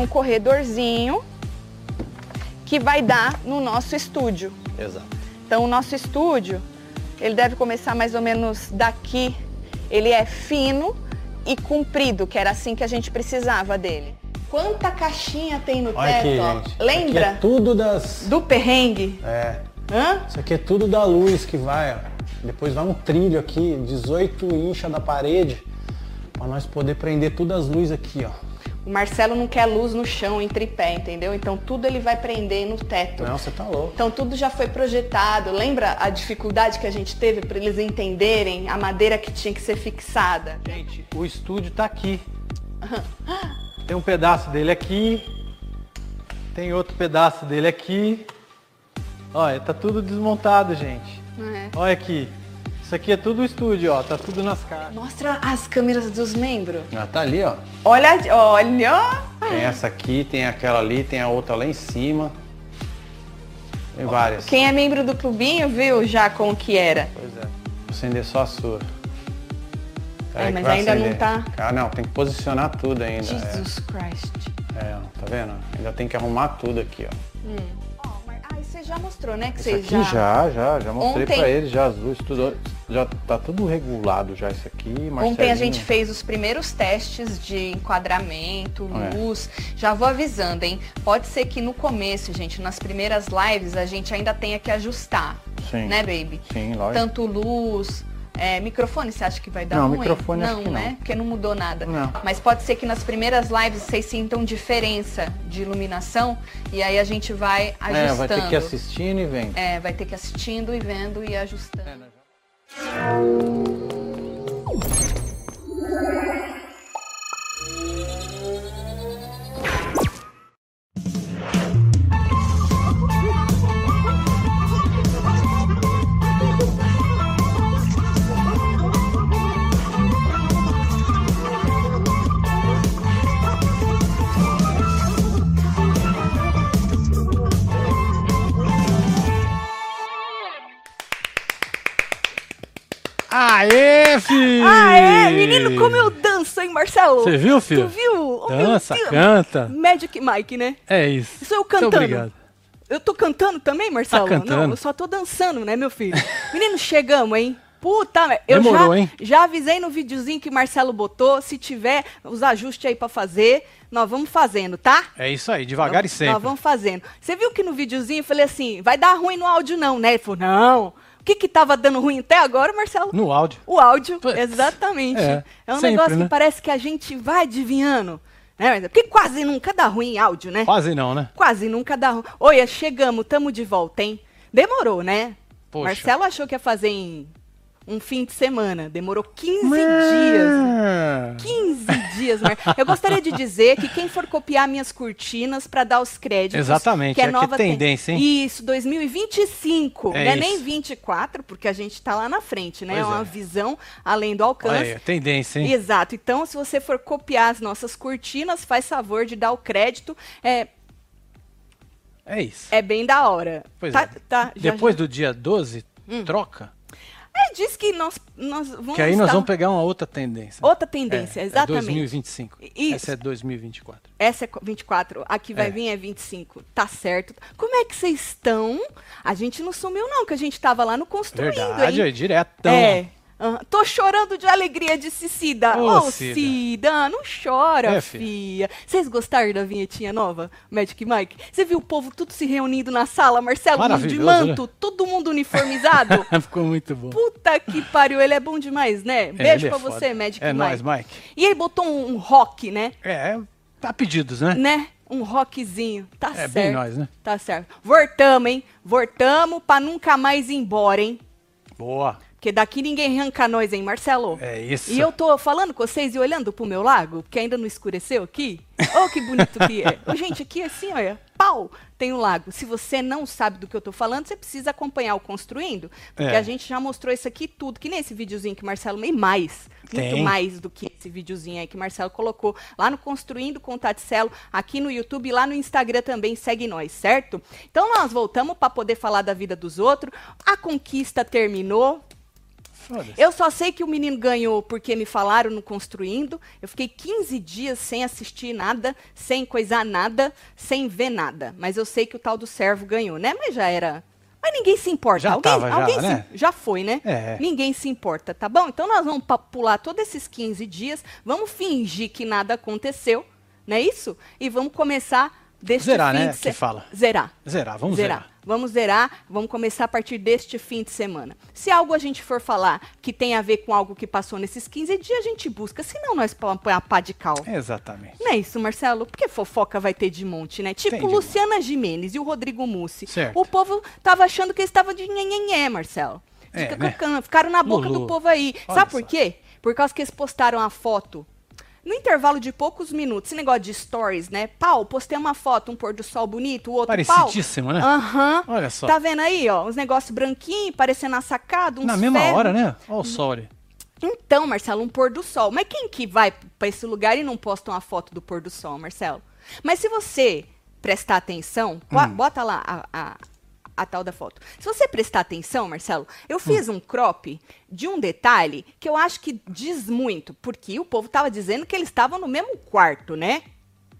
um corredorzinho que vai dar no nosso estúdio. Exato. Então o nosso estúdio, ele deve começar mais ou menos daqui. Ele é fino e comprido, que era assim que a gente precisava dele. Quanta caixinha tem no Olha aqui, teto, ó. gente. Lembra Aqui é tudo das... do perrengue? É. Hã? Isso aqui é tudo da luz que vai, ó. Depois vai um trilho aqui, 18 incha da parede, pra nós poder prender todas as luzes aqui, ó. O Marcelo não quer luz no chão em tripé, entendeu? Então tudo ele vai prender no teto. Não, você tá louco. Então tudo já foi projetado. Lembra a dificuldade que a gente teve para eles entenderem a madeira que tinha que ser fixada? Gente, o estúdio tá aqui. Tem um pedaço dele aqui. Tem outro pedaço dele aqui. Olha, tá tudo desmontado, gente. É. Olha aqui. Isso aqui é tudo o estúdio, ó. Tá tudo nas caixas. Mostra as câmeras dos membros. Ah, tá ali, ó. Olha, olha. Tem essa aqui, tem aquela ali, tem a outra lá em cima. Tem várias. Quem é membro do clubinho viu já como que era. Pois é. Vou acender só a sua. É, que mas vai ainda não acender. tá. Ah, não, tem que posicionar tudo ainda. É, Jesus Christ. É, ó, tá vendo? Ainda tem que arrumar tudo aqui, ó. Ó, mas- Ah, e você já mostrou, né? Que Isso você aqui já, já, já mostrei Ontem- pra eles, já as luzes, tudo. Já tá tudo regulado já isso aqui. Ontem a Marcelinho. gente fez os primeiros testes de enquadramento, É. luz. Já vou avisando, hein? Pode ser que no começo, gente, nas primeiras lives, a gente ainda tenha que ajustar. Sim. Né, baby? Sim, lógico. Tanto luz. é, microfone, você acha que vai dar Não, ruim? microfone não, acho que não. né? Porque não mudou nada. Não. Mas pode ser que nas primeiras lives vocês sintam diferença de iluminação e aí a gente vai ajustando. É, vai ter que ir assistindo e vem. É, vai ter que ir assistindo e vendo e ajustando. Aê, filho! Ah, é? Menino, como eu danço, hein, Marcelo? Você viu, filho? Tu viu? Oh, meu Dança, Deus. canta. Magic Mike, né? É isso. Sou eu cantando. Muito obrigado. Tá Eu tô cantando também, Marcelo? cantando. Não, eu só tô dançando, né, meu filho? Menino, chegamos, hein? Puta, merda. eu Demorou, já, hein? já avisei no videozinho que Marcelo botou. Se tiver os ajustes aí pra fazer, nós vamos fazendo, tá? É isso aí, devagar e sempre. Nós vamos fazendo. Você viu que no videozinho eu falei assim, vai dar ruim no áudio não, né? Ele falou, não. O que que tava dando ruim até agora, Marcelo? No áudio. O áudio, Putz. exatamente. É, É, um sempre, negócio né? que parece que a gente vai adivinhando. Né? Marcelo? Porque quase nunca dá ruim em áudio, né? Quase não, né? Quase nunca dá ruim. Olha, chegamos, tamo de volta, hein? Demorou, né? Poxa. Marcelo achou que ia fazer em um fim de semana. Demorou 15 dias. Ah. 15 dias, Mar... Eu gostaria de dizer que quem for copiar minhas cortinas para dar os créditos. Exatamente, que é é que nova ten- tendência, hein? Isso, 2025. É não isso. é nem 24, porque a gente tá lá na frente, né? Pois é uma é. visão além do Olha alcance. aí, tendência, hein? Exato. Então, se você for copiar as nossas cortinas, faz favor de dar o crédito. É, É isso. é bem da hora. Pois tá, é. tá, já- Hum. Depois do dia 12, troca. É, diz que nós, nós vamos. Que aí nós estar- vamos pegar uma outra tendência. um É, Outra tendência, exatamente. 2025. Isso. Essa é 2024. Essa é co- 24, a que vai É. vir é 25. Tá certo. Como é que vocês estão? A gente não sumiu, não, que a gente tava lá no construindo, Verdade, hein? é diretão. É. Aham. Tô chorando de alegria, disse Cida. Ô, Ô, Cida. Cida. não chora, É, fia. Vocês gostaram da vinhetinha nova, Magic Mike? Você viu o povo tudo se reunindo na sala, Marcelo de Maravilhoso, né? manto, todo mundo uniformizado? Ficou muito bom. É. Puta que pariu, ele é bom demais, né? É, ele Beijo é pra foda. você, Magic É Mike. nóis, Mike. E ele botou um- um rock, né? É, tá pedidos, né? né? Um rockzinho. Tá É, certo. bem nós, né? Tá certo. Voltamos, hein? Voltamos pra nunca mais ir embora, hein? Boa. Porque daqui ninguém arranca nós, hein, Marcelo? É isso. E eu tô falando com vocês e olhando pro meu lago, porque ainda não escureceu aqui. Oh, que bonito que é. Ô, gente, aqui assim, olha, pau, tem um lago. Se você não sabe do que eu tô falando, você precisa acompanhar o Construindo, porque É. a gente já mostrou isso aqui tudo, que nem esse videozinho que Marcelo... E mais, Tem. muito mais do que esse videozinho aí que Marcelo colocou. Lá no Construindo com o Taticelo, aqui no YouTube e lá no Instagram também, segue nós, certo? Então nós voltamos para poder falar da vida dos outros. A conquista terminou, Foda-se. Eu só sei que o menino ganhou porque me falaram no Construindo. Eu fiquei 15 dias sem assistir nada, sem coisar nada, sem ver nada. Mas eu sei que o tal do servo ganhou, né? Mas já era. Mas ninguém se importa. Já alguém, tava já, alguém né? se, já foi, né? É. Ninguém se importa, tá bom? Então nós vamos pa- pular todos esses 15 dias, vamos fingir que nada aconteceu, não é isso? E vamos começar deste Zerar, fim né, de se- que fala. Zerar. Zerar, vamos zerar. zerar. Vamos zerar, vamos começar a partir deste fim de semana. Se algo a gente for falar que tem a ver com algo que passou nesses 15 dias, a gente busca. Se não, nós põe a pá de cal. Exatamente. Não é isso, Marcelo? Porque fofoca vai ter de monte, né? Tem de Tipo monte. Luciana Jimenez e o Rodrigo Mussi. Certo. O povo tava achando que eles estavam de nhenhenhé, Marcelo. De É, cacacan- Ficaram na boca Lulu. do povo aí. Olha Sabe por só. quê? Por causa que eles postaram a foto no intervalo de poucos minutos. Esse negócio de stories, né? Pau, postei uma foto, um pôr do sol bonito, o outro pau. Parecidíssimo, né? Aham. Olha só. Tá vendo aí, ó? Uns negócios branquinhos, parecendo a sacada, uns Na mesma ferros. hora, né? Olha o sol ali. Então, Marcelo, um pôr do sol. Mas quem que vai pra esse lugar e não posta uma foto do pôr do sol, Marcelo? Mas se você prestar atenção, bo- bota lá a, a- a tal da foto. Se você prestar atenção, Marcelo, eu fiz um crop de um detalhe que eu acho que diz muito, porque o povo tava dizendo que eles estavam no mesmo quarto, né?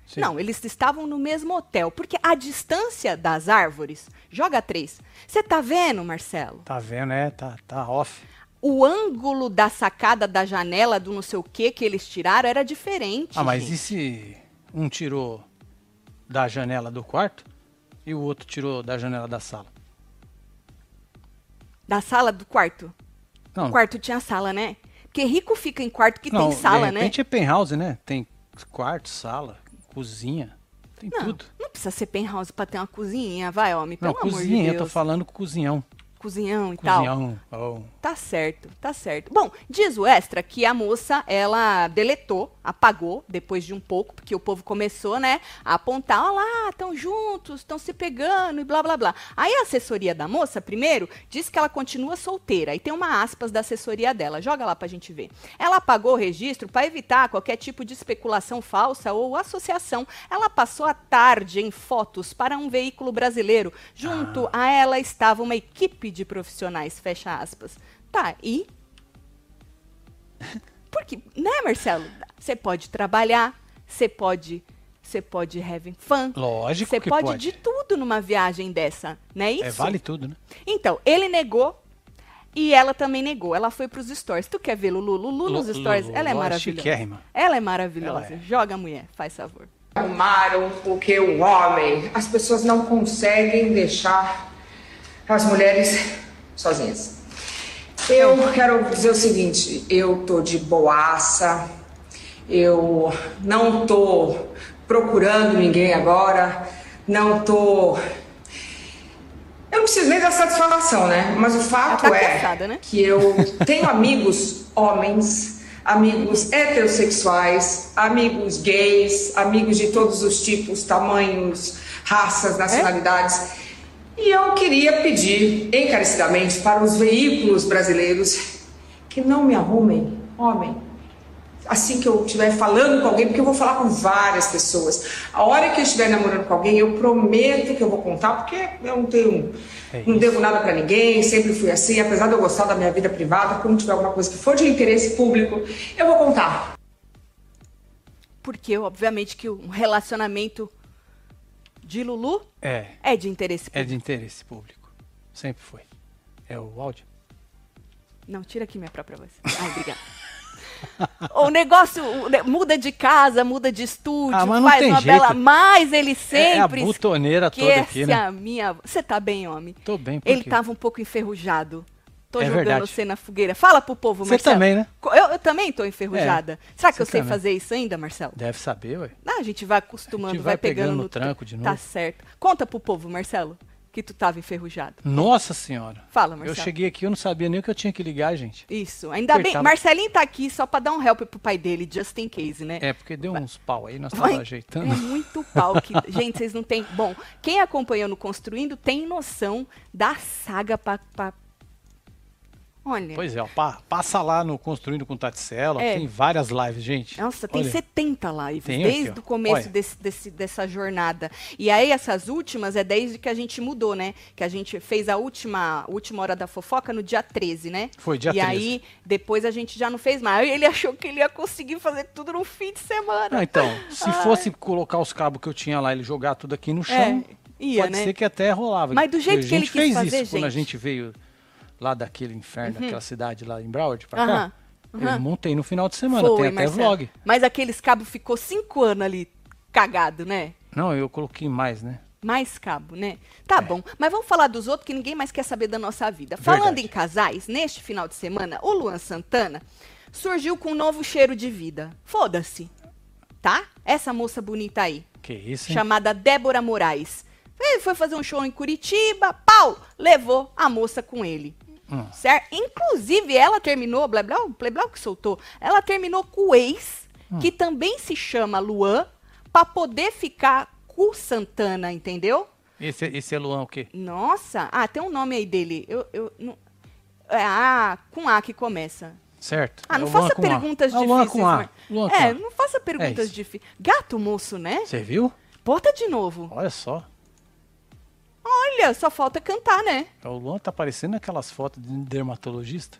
Sim. Não, eles estavam no mesmo hotel, porque a distância das árvores, joga três. Você tá vendo, Marcelo? Tá vendo, né? Tá, tá off. o ângulo da sacada da janela do não sei o que que eles tiraram era diferente. Ah, mas gente. e se um tirou da janela do quarto e o outro tirou da janela da sala? Da sala do quarto? Não, O quarto tinha sala, né? Porque rico fica em quarto que não, tem sala, de né? repente é penthouse, né? Tem quarto, sala, cozinha, tem Não, tudo. não precisa ser penthouse pra ter uma cozinha, vai, homem, Não, pelo cozinha, amor de eu Deus. tô falando cozinhão. Cozinhão e tal. Cozinhão. oh. Tá certo, tá certo. Bom, diz o extra que a moça, ela deletou, apagou depois de um pouco, porque o povo começou, né, a apontar, ó lá, estão juntos, estão se pegando e blá blá blá. Aí a assessoria da moça, primeiro, diz que ela continua solteira e tem uma aspas da assessoria dela. Joga lá pra gente ver. Ela apagou o registro para evitar qualquer tipo de especulação falsa ou associação. Ela passou a tarde em fotos para um veículo brasileiro. Junto Ah. a ela estava uma equipe de profissionais, fecha aspas. Tá, e? Porque, né, Marcelo? Você pode trabalhar, você pode, você pode having fun. Lógico Você que pode, pode. de tudo numa viagem dessa, né? Isso. É, vale tudo, né? Então, ele negou e ela também negou. Ela foi pros stories. Tu quer ver Lulu? Lulu nos Lu- stories, Lulu, ela é Lulu é maravilhosa. chiquérrima. ela é maravilhosa. Ela é. Joga, mulher, faz favor. arrumaram porque o homem, as pessoas não conseguem deixar as mulheres sozinhas. Eu quero dizer o seguinte, eu tô de boaça, eu não tô procurando ninguém agora, não tô. Eu não preciso nem da satisfação, né? Mas o fato Ela tá é cansada, né? que eu tenho amigos homens, amigos heterossexuais, amigos gays, amigos de todos os tipos, tamanhos, É? raças, nacionalidades. E eu queria pedir encarecidamente para os veículos brasileiros que não me arrumem homem. Assim que eu estiver falando com alguém, porque eu vou falar com várias pessoas. A hora que eu estiver namorando com alguém, eu prometo que eu vou contar, porque eu não tenho. É não devo nada pra ninguém, sempre fui assim. Apesar de eu gostar da minha vida privada, quando tiver alguma coisa que for de interesse público, eu vou contar. Porque, obviamente, que um relacionamento de Lulu É, é de interesse é público. de interesse público. Sempre foi. É o áudio? Não, tira aqui minha própria voz. Ai, obrigada. O negócio o ne- muda de casa, muda de estúdio, Ah, mas não faz tem uma jeito. bela. Mas ele É a sempre. butoneira toda aqui, esquece né? a minha. Você tá bem, homem? Tô bem, por Ele quê? tava um pouco enferrujado. Tô É jogando verdade. você na fogueira. Fala pro povo, Você Marcelo. também, né? É, Co- Eu, eu também tô enferrujada. Será que você eu sei também. fazer isso ainda, Marcelo? Deve saber, ué. Ah, a gente vai acostumando, A gente vai, vai pegando no tra- tranco de Tá novo. certo. Conta pro povo, Marcelo, que tu tava enferrujado. Nossa senhora. Fala, Eu Marcelo. cheguei aqui, eu não sabia nem o que eu tinha que ligar, gente. Isso. Ainda bem. Coitado. Marcelinho tá aqui só pra dar um help pro pai dele, just in case, né? É, porque deu uns pau aí, nós Vai- tava ajeitando. É muito pau que. Gente, vocês não têm. Bom, quem acompanhou no Construindo tem noção da saga pra. pra- Olha. Pois é, ó, pa- passa lá no Construindo com Taticela, É. tem várias lives, gente. Nossa, tem Olha, 70 lives, Tem aqui, desde ó. o começo Olha. desse- desse- dessa jornada. E aí, essas últimas é desde que a gente mudou, né? Que a gente fez a última, última hora da fofoca no dia 13, né? Foi, dia e 13. aí, depois a gente já não fez mais. Ele achou que ele ia conseguir fazer tudo no fim de semana. Ah, Não, então, se fosse colocar os cabos que eu tinha lá, ele jogar tudo aqui no chão, É, ia, pode né? ser que até rolava. Mas do jeito a que gente ele quis fez fazer, isso quando a gente. Uhum. gente veio lá daquele inferno, daquela cidade lá em Broward, pra Aham, cá. Eu montei no final de semana, Foi, tem até Marcelo. vlog. Mas aqueles cabos ficou cinco anos ali cagado, né? Não, eu coloquei mais, né? Mais cabo, né? Tá bom, mas vamos falar dos outros que ninguém mais quer saber da nossa vida. Verdade. Falando em casais, neste final de semana, o Luan Santana surgiu com um novo cheiro de vida. Foda-se, tá? Essa moça bonita aí, Que isso, hein? chamada Débora Moraes. Ele foi fazer um show em Curitiba, pau, levou a moça com ele. Certo? Inclusive, ela terminou, Bleblau, Bleblau que soltou, ela terminou com o ex, que também se chama Luan, pra poder ficar com o Santana, entendeu? Esse, esse é Luan o quê? Nossa, ah, tem um nome aí dele. Eu, eu não- é, ah, com A que começa. Certo. Ah, É não o Luan faça com A. perguntas É o Luan difíceis. com A. Mar- Luan com é, A. não faça perguntas isso. difíceis. Gato moço, né? Você viu? Bota de novo. Olha só. Olha, só falta cantar, né? O Luan tá parecendo aquelas fotos de dermatologista.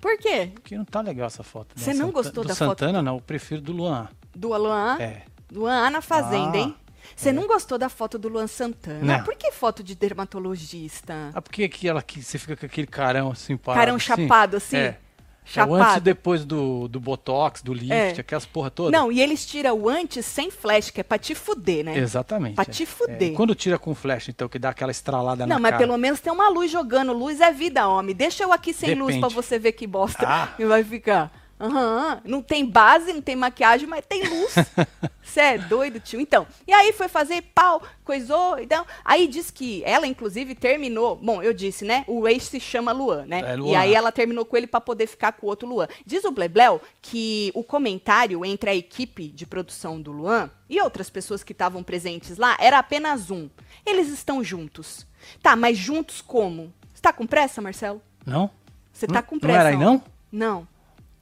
Por quê? Que não tá legal essa foto. né? Você não Santa- gostou do da foto? Ah? Santana, não. Eu prefiro do Luan. Do Luan? É. Luan na fazenda, Ah, hein? Você não gostou da foto do Luan Santana? Não. Por que foto de dermatologista? Ah, por que que ela que você fica com aquele carão assim parado? Carão assim? chapado, assim? É. É o antes e Chapado. depois do, do Botox, do lift, É. aquelas porra toda. Não, e eles tiram o antes sem flash, que é pra te fuder, né? Exatamente. Pra é. te fuder. É, Quando tira com flash, então, que dá aquela estralada na Não, mas cara. pelo menos tem uma luz jogando. Luz é vida, homem. Deixa eu aqui sem luz pra Depende. você ver que bosta Ah. que vai ficar. Aham. Não tem base, não tem maquiagem, mas tem luz. Você é doido, tio. Então, e aí foi fazer pau, coisou. Então, aí diz que ela, inclusive, terminou. Bom, eu disse, né? O ex se chama Luan, né? É, Luan. E aí ela terminou com ele pra poder ficar com o outro Luan. Diz o Blebleu que o comentário entre a equipe de produção do Luan e outras pessoas que estavam presentes lá era apenas um. Eles estão juntos. Tá, mas juntos como? Você tá com pressa, Marcelo? Não? Você Não- tá com não pressa. era aí, ó. não? Não.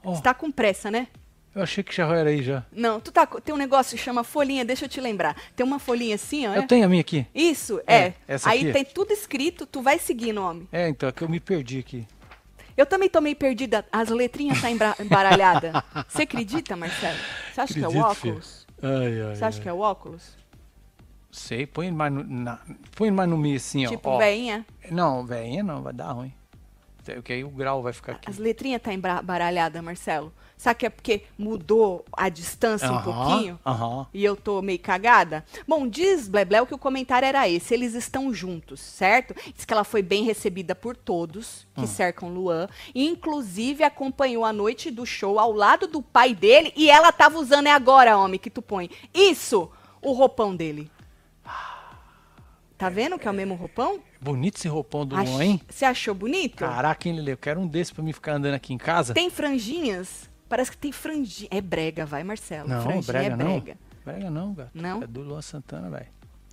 Ó. Você tá com pressa, né? Eu achei que já era aí já. Não, tu tá. co- Tem um negócio que chama folhinha, deixa eu te lembrar. Tem uma folhinha assim, ó. é? Eu tenho a minha aqui. Isso, é. É, essa aí aqui? tem tudo escrito, tu vai seguindo, homem. É, então, é que eu me perdi aqui. Eu também tomei perdida. As letrinhas tá embra- embaralhada. Você acredita, Marcelo? Você acha que é o Acredito, filho. óculos? Ai, ai, Você acha que é o óculos? Sei, põe mais no, na- põe mais no meio assim, ó. tipo, ó. veinha. Não, veinha não, vai dar ruim. Porque aí o grau vai ficar aqui. As letrinhas tá embaralhada, Marcelo. Sabe que é porque mudou a distância um Aham, pouquinho? Aham. E eu tô meio cagada? Bom, diz Blebleu que o comentário era esse. Eles estão juntos, certo? Diz que ela foi bem recebida por todos Hum. que cercam Luan. E, inclusive, acompanhou a noite do show ao lado do pai dele. E ela tava usando, é agora, homem, que tu põe. Isso! O roupão dele. Ah, Tá vendo que é o mesmo roupão? Bonito esse roupão do Luan, hein? Ah, Ach- Você achou bonito? Caraca, hein, Lele? Eu quero um desse pra mim ficar andando aqui em casa. Tem franjinhas? Parece que tem franjinha. É brega, vai, Marcelo. Não, franjinha brega, é não. brega. Brega não, gato. Não? É do Luan Santana, velho.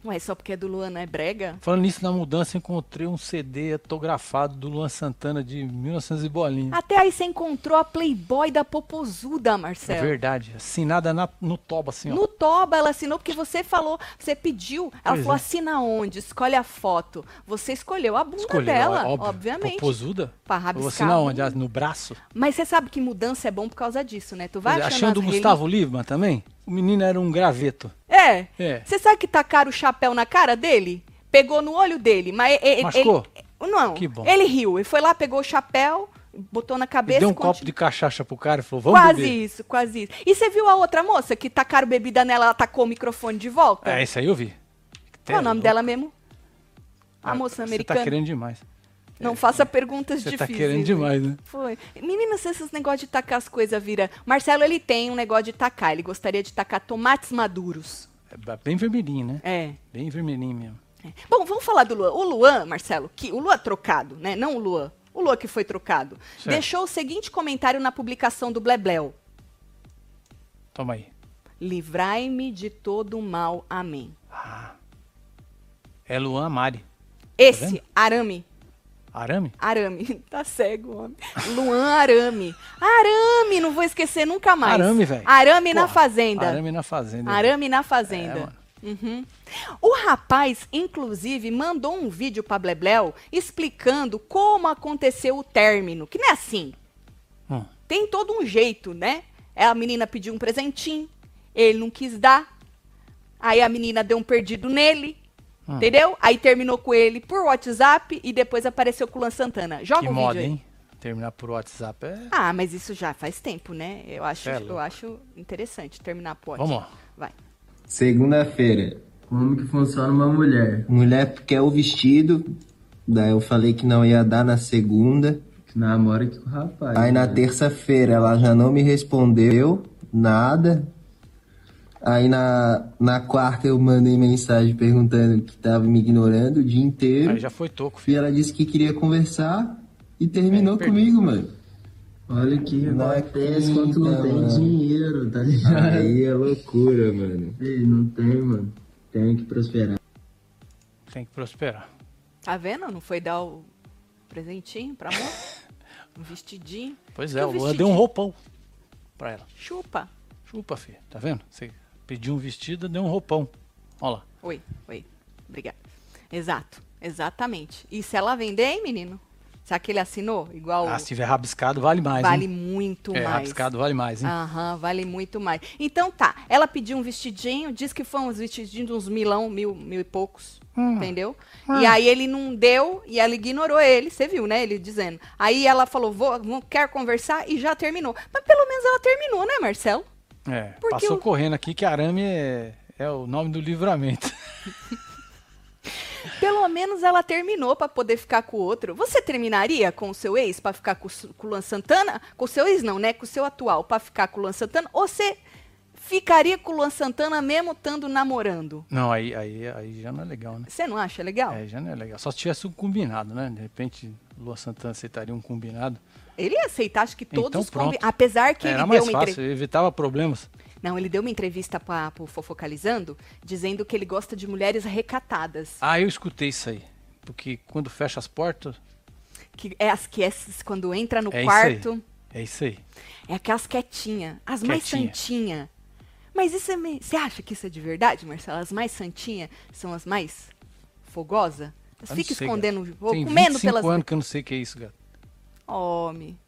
Ué, só porque é do Luan, não é brega? Falando nisso, na mudança, eu encontrei um CD autografado do Luan Santana de 1900 e bolinha. Até aí você encontrou a Playboy da Popozuda, é Marcelo. verdade. Assinada na, no toba, assim, ó. No Toba, ela assinou porque você falou, você pediu. Ela Pois falou, é. assina onde? Escolhe a foto. Você escolheu a bunda Escolheu, dela, é óbvio. obviamente. Popozuda? Pra Eu rabiscar um vou a assinar onde? bunda. Ah, No braço? Mas você sabe que mudança é bom por causa disso, né? Tu vai é, Achando achando do as Gustavo Lima também? O menino era um graveto. É. É. Você sabe que tacaram o chapéu na cara dele? Pegou no olho dele, mas e- e- ele. Machucou? não. Que bom. Ele riu. Ele foi lá, pegou o chapéu, botou na Ele cabeça deu um e copo continu- de cachaça pro cara e falou, vamos Quase beber. isso, quase isso. E você viu a outra moça que tacaram bebida nela, ela tacou o microfone de volta? É, isso aí eu vi. Qual é o nome Até dela mesmo? A Ah, moça Você tá americana. querendo demais. Não faça perguntas Você tá difíceis. querendo demais, né? Foi. Menina, se esses negócios de tacar as coisas vira. Marcelo, ele tem um negócio de tacar. Ele gostaria de tacar tomates maduros. É ba- bem vermelhinho, né? É. Bem vermelhinho mesmo. É. Bom, vamos falar do Luan. O Luan, Marcelo, que o Luan trocado, né? Não o Luan. O Luan que foi trocado. Certo. Deixou o seguinte comentário na publicação do Blebleu. Toma aí. Livrai-me de todo mal. Amém. Ah. É Luan Mari. Esse vendo? arame Arame? Arame. Tá cego, homem. Luan Arame. Arame, não vou esquecer nunca mais. Arame, velho. Arame na Porra, fazenda. Arame na fazenda. Arame na É, fazenda. mano. Uhum. O rapaz, inclusive, mandou um vídeo pra Blebleu explicando como aconteceu o término. Que não é assim. Hum. Tem todo um jeito, né? É, A menina pediu um presentinho, ele não quis dar. Aí a menina deu um perdido nele. Ah. Entendeu? Aí terminou com ele por WhatsApp e depois apareceu com o Luan Santana. Joga Que o vídeo moda, aí. hein? Terminar por WhatsApp é. Ah, mas isso já faz tempo, né? Eu acho, É louco. eu acho interessante terminar por Vamos WhatsApp. Vai. Segunda-feira. Como que funciona uma mulher? Mulher quer o vestido. Daí eu falei que não ia dar na segunda. Que namora com o rapaz. Aí na terça-feira ela já não me respondeu nada. Aí na, na quarta eu mandei mensagem perguntando que tava me ignorando o dia inteiro. Aí já foi toco, E filho. ela disse que queria conversar e terminou perdi. comigo, mano. Olha que Não é acontece quinta, quando não tem mano. dinheiro, tá ligado? Aí é loucura, mano. Ei, Não tem, mano. Tem que prosperar. Tem que prosperar. Tá vendo? Não foi dar o presentinho pra moça? um vestidinho. Pois E é, o o Luan vestidinho? deu um roupão pra ela. Chupa. Chupa, filho. Tá vendo? Você pediu um vestido, deu um roupão. Olha lá. Oi, oi. Obrigada. Exato, exatamente. E se ela vender, hein, menino? Será que ele assinou? Igual Ah, se tiver rabiscado, vale mais. vale hein? muito É, mais. rabiscado vale mais, hein? Aham, vale muito mais. Então tá, ela pediu um vestidinho, diz que foi uns vestidinhos de uns milão, mil, mil e poucos, Hum. entendeu? E aí ele não deu e ela ignorou ele, você viu, né? Ele dizendo. Aí ela falou, vou, vou- quer conversar e já terminou. Mas pelo menos ela terminou, né, Marcelo? É, Porque passou o- correndo aqui que arame é, é o nome do livramento. Pelo menos ela terminou pra poder ficar com o outro. Você terminaria com o seu ex pra ficar com, o su- com o Luan Santana? Com o seu ex não, né? Com o seu atual pra ficar com o Luan Santana? Ou você ficaria com o Luan Santana mesmo estando namorando? Não, aí, aí, aí já não é legal, né? Você não acha legal? É, já não é legal. Só se tivesse um combinado, né? De repente, Lua Santana aceitaria um combinado. Ele ia aceitar, acho que todos Então, os combi... pronto. Apesar que Era ele mais deu uma fácil, entrevista. evitava problemas. Não, ele deu uma entrevista para o Fofocalizando, dizendo que ele gosta de mulheres recatadas. Ah, eu escutei isso aí. Porque quando fecha as portas, Que é as que é, s- quando entra no é isso quarto, aí. É isso aí. é aquelas quietinhas, as mais Quietinha. santinhas. Mas isso é meio... Você acha que isso é de verdade, Marcelo? As mais santinhas são as mais fogosas? Eu não Fica sei, escondendo, gato. ou Tem comendo 25 pelas anos que eu não sei o que é isso, gato. Homem.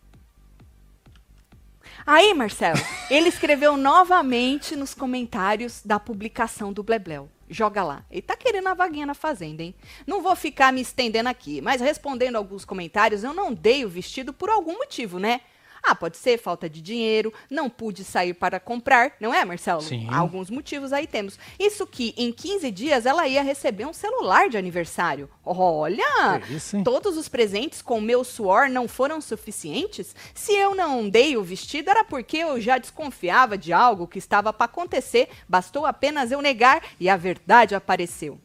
Aí, Marcelo, ele escreveu novamente nos comentários da publicação do Blebleu. Joga lá. Ele tá querendo a vaguinha na fazenda, hein? Não vou ficar me estendendo aqui, mas respondendo alguns comentários, eu não dei o vestido por algum motivo, né? Ah, pode ser falta de dinheiro, não pude sair para comprar, não é, Marcelo? Sim. Alguns motivos aí temos. Isso que em 15 dias ela ia receber um celular de aniversário. Olha! É isso, hein? Ah, Todos os presentes com meu suor não foram suficientes? Se eu não dei o vestido, era porque eu já desconfiava de algo que estava para acontecer. Bastou apenas eu negar e a verdade apareceu.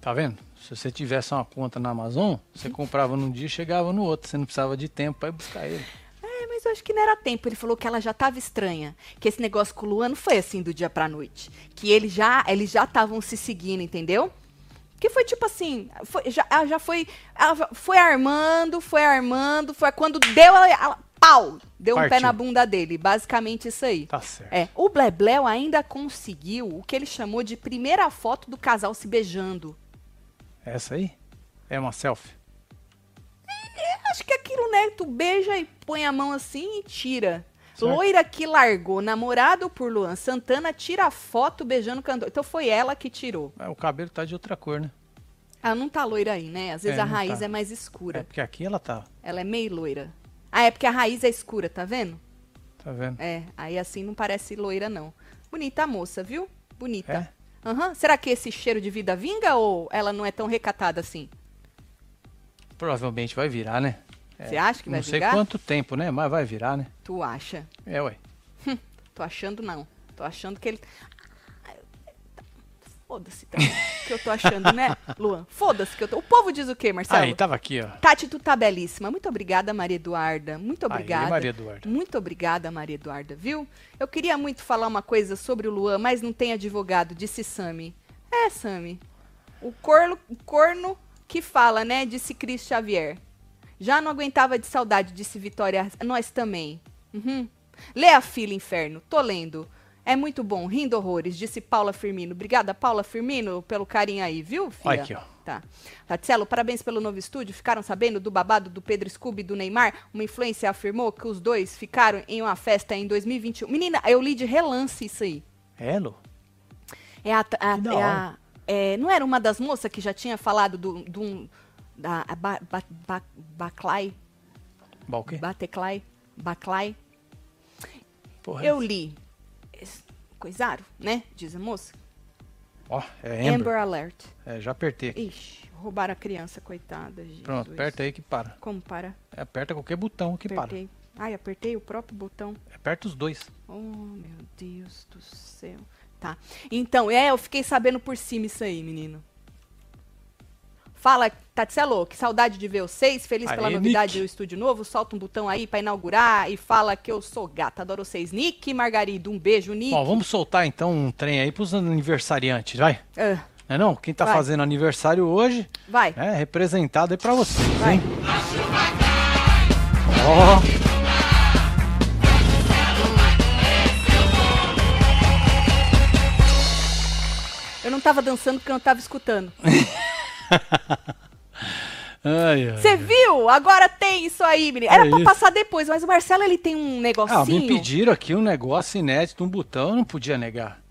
Tá vendo? Se você tivesse uma conta na Amazon, você comprava num dia e chegava no outro. Você não precisava de tempo pra ir buscar ele. É, mas eu acho que não era tempo. Ele falou que ela já estava estranha, que esse negócio com o Luan não foi assim do dia pra noite, que ele já, eles já estavam se seguindo, entendeu? Que foi tipo assim, foi- já, ela já foi, ela já foi armando, foi armando, foi quando deu ela, ela pau, deu um pé Partiu. na bunda dele, basicamente isso aí. Tá certo. É, o Blebleu ainda conseguiu o que ele chamou de primeira foto do casal se beijando. Essa aí é uma selfie. Acho que aquilo, né? Tu beija e põe a mão assim e tira. Certo. Loira que largou namorado por Luan Santana tira a foto beijando o cantor. Então foi ela que tirou. Mas o cabelo tá de outra cor, né? Ela não tá loira aí, né? Às vezes É, a não raiz tá. é mais É escura. porque aqui ela tá. Ela é meio loira. Ah, é porque a raiz é escura, tá vendo? Tá vendo? É, aí assim não parece loira, não. Bonita a moça, viu? Bonita. É? Aham. Será que esse cheiro de vida vinga ou ela não é tão recatada assim? Provavelmente vai virar, né? Você acha que vai Não sei vingar? quanto tempo, né? Mas vai virar, né? Tu acha? É, ué. Tô achando não. Tô achando que ele. Foda-se também. que eu tô achando, né, Luan? Foda-se que eu tô. O povo diz é o quê, Marcelo? Aí, tava aqui, ó. Tati, tu tá belíssima. Muito obrigada, Maria Eduarda. Muito Aí, obrigada. Maria Eduarda. Muito obrigada, Maria Eduarda, viu? Eu queria muito falar uma coisa sobre o Luan, mas não tem advogado, disse Sami. É, Sami. O corno, o corno que fala, né? Disse Cris Xavier. Já não aguentava de saudade, disse Vitória. Nós também. Uhum. Lê a fila, inferno. Tô lendo. É muito bom, rindo horrores, disse Paula Firmino. Obrigada, Paula Firmino, pelo carinho aí, viu, filha? Olha aqui, ó. Tá. Tatielo, parabéns pelo novo estúdio. Ficaram sabendo do babado do Pedro Scooby e do Neymar? Uma influência afirmou que os dois ficaram em uma festa em 2021. Menina, eu li de relance isso aí. É, Lu? É a. a- Que da é a- hora. é, não era uma das moças que já tinha falado do, de um- da a ba, ba, ba, Baclai? Bom, o quê? Bateclai? Baclai? Porra, é Eu li. Es- Coisaram, né? Diz a moça. Ó, é Amber, Amber. Alert. É, já apertei aqui. Ixi, roubaram a criança, coitada. Jesus. Pronto, aperta aí que para. Como para? É, Aperta qualquer botão que para. Apertei. Ai, apertei o próprio botão. Aperta os dois. Oh, meu Deus do céu. Tá. Então, é, eu fiquei sabendo por cima isso aí, menino. Fala, Tatselo, que saudade de ver vocês. Feliz pela Aê, novidade Nick. do estúdio novo. Solta um botão aí pra inaugurar e fala que eu sou gata. Adoro vocês. Nick e Margarido, um beijo, Nick. Bom, vamos soltar então um trem aí pros aniversariantes, vai. Ah, Não é não? Quem tá Vai. fazendo aniversário hoje, vai. né? Representado aí pra vocês, Vai. hein? Ó. É. Eu não tava dançando porque eu não tava escutando. Ai, ai. Você viu? Agora tem isso aí, menino. Era É pra isso. passar depois, mas o Marcelo ele tem um negocinho. Ah, me pediram aqui um negócio inédito, um botão, eu não podia negar.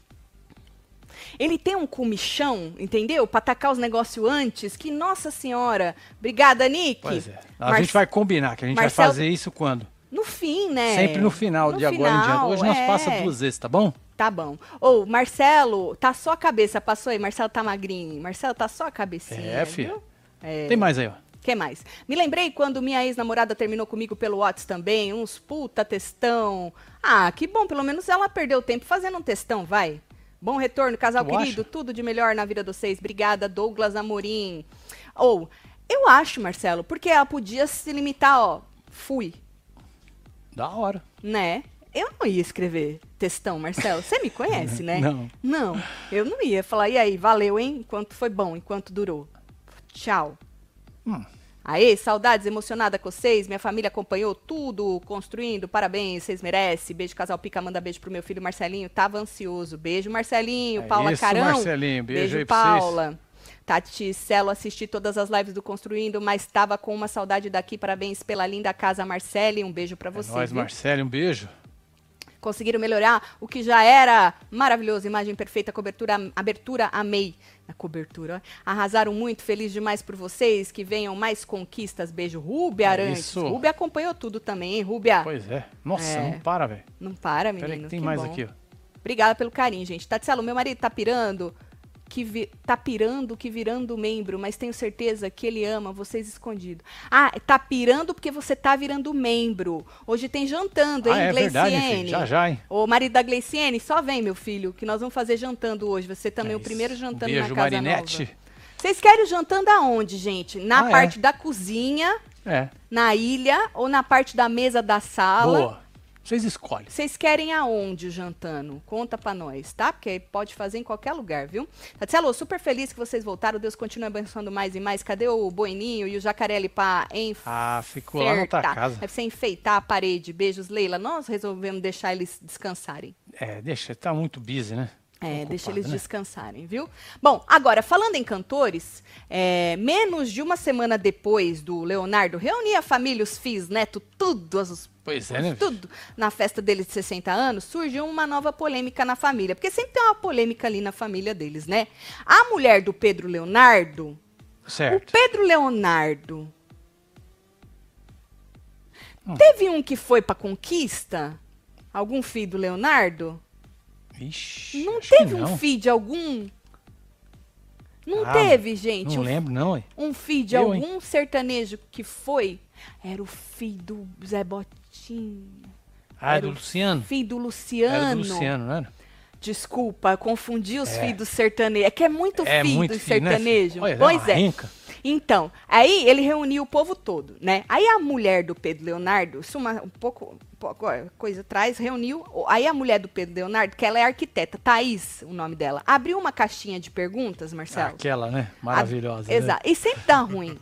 Ele tem um comichão, entendeu? Pra tacar os negócios antes, que, nossa senhora. Obrigada, Nick. Pois é. A Mar- gente vai combinar, que a gente vai Marcelo- fazer isso quando? No fim, né? Sempre no final, No de agora em diante. final, Hoje nós é. passa duas vezes, tá bom? Tá bom. Ô, Marcelo, tá só a cabeça. Passou aí, Marcelo tá magrinho. Marcelo tá só a cabecinha. É, fi. viu? É. Tem mais aí, ó. que mais? Me lembrei quando minha ex-namorada terminou comigo pelo Whats também, uns puta textão. Ah, que bom, pelo menos ela perdeu tempo fazendo um textão, vai. Bom retorno, casal Tu querido, acha? tudo de melhor na vida de vocês. Obrigada, Douglas Amorim. Ou, eu acho, Marcelo, porque ela podia se limitar, ó, fui, Da hora. né? Eu não ia escrever textão, Marcelo. Você me conhece, né? Não. Não, eu não ia falar, e aí, valeu, hein? Enquanto foi bom, enquanto durou. Tchau. Hum. Aê, saudades, emocionada com vocês. Minha família acompanhou tudo, construindo. Parabéns, vocês merecem. Beijo, casal Pica. Manda beijo pro meu filho Marcelinho. Tava ansioso. Beijo, Marcelinho. É Paula isso, Carão. Marcelinho. Beijo aí pra vocês. Paula. Tati Celo, assisti todas as lives do Construindo, mas tava com uma saudade daqui. Parabéns pela linda casa, Marcele. Um beijo pra Nós, você. É nóis, viu? Marcelo, um beijo. Conseguiram melhorar o que já era maravilhoso. Imagem perfeita, cobertura, abertura, amei. Na cobertura, ó. arrasaram muito, feliz demais por vocês. Que venham mais conquistas. Beijo, Rubia É Arantes. isso. Rubia acompanhou tudo também, hein, Rubia? Pois é. Nossa, Tá. É. não para, velho. Não para, menino. Peraí que tem que mais bom. aqui, ó. Obrigada pelo carinho, gente. Tatielo, meu marido tá pirando, que vi- tá pirando que virando membro, mas tenho certeza que ele ama vocês escondido. Ah, tá pirando porque você tá virando membro. Hoje tem jantando, hein, Ah, é verdade, Gleiciene? filho. Já, já, hein? Ô, marido da Gleiciene, só vem, meu filho, que nós vamos fazer jantando hoje. Você também, É o primeiro isso. jantando Beijo, na casa Marinette. nova. Vocês querem o jantando aonde, gente? Na Ah, é. parte da cozinha, É. na ilha ou na parte da mesa da sala? Boa. Vocês escolhem. Vocês querem aonde o jantando? Conta pra nós, tá? Porque aí pode fazer em qualquer lugar, viu? Tatielo, super feliz que vocês voltaram. Deus continue abençoando mais e mais. Cadê o boininho e o jacaré pra enfeitar? Ah, ficou lá na tua casa. Deve ser É enfeitar a parede. Beijos, Leila. Nós resolvemos deixar eles descansarem. É, deixa, tá muito busy, né? É, Ocupado, deixa eles né? descansarem, viu? Bom, agora, falando em cantores, é, menos de uma semana depois do Leonardo reunir a família, os filhos, neto, tudo, as, Pois é, né? bicho? tudo na festa dele de 60 anos, surgiu uma nova polêmica na família. Porque sempre tem uma polêmica ali na família deles, né? A mulher do Pedro Leonardo. O Certo. Pedro Leonardo. Hum. Teve um que foi pra conquista? Algum filho do Leonardo? Ixi, Não acho que teve um não. feed algum? Não Ah, teve, gente. Não um, lembro, não, hein? um feed Eu, algum sertanejo que foi? Era o filho do Zé Botinho. Ah, é Era um do o Luciano. Filho do Era do Luciano. Luciano, não era? Desculpa, eu confundi os filhos do sertanejo. É que é muito É filho muito do filho, né, filho? sertanejo. Olha, é pois uma é. renca. Então, aí ele reuniu o povo todo, né? Aí a mulher do Pedro Leonardo, isso uma, um pouco, um pouco, ó, coisa atrás, reuniu. Aí a mulher do Pedro Leonardo, que ela é arquiteta, Thaís, o nome dela, abriu uma caixinha Ah, é de perguntas, Marcelo. né? Aquela, né? Maravilhosa. né? Exato. E sempre dá ruim.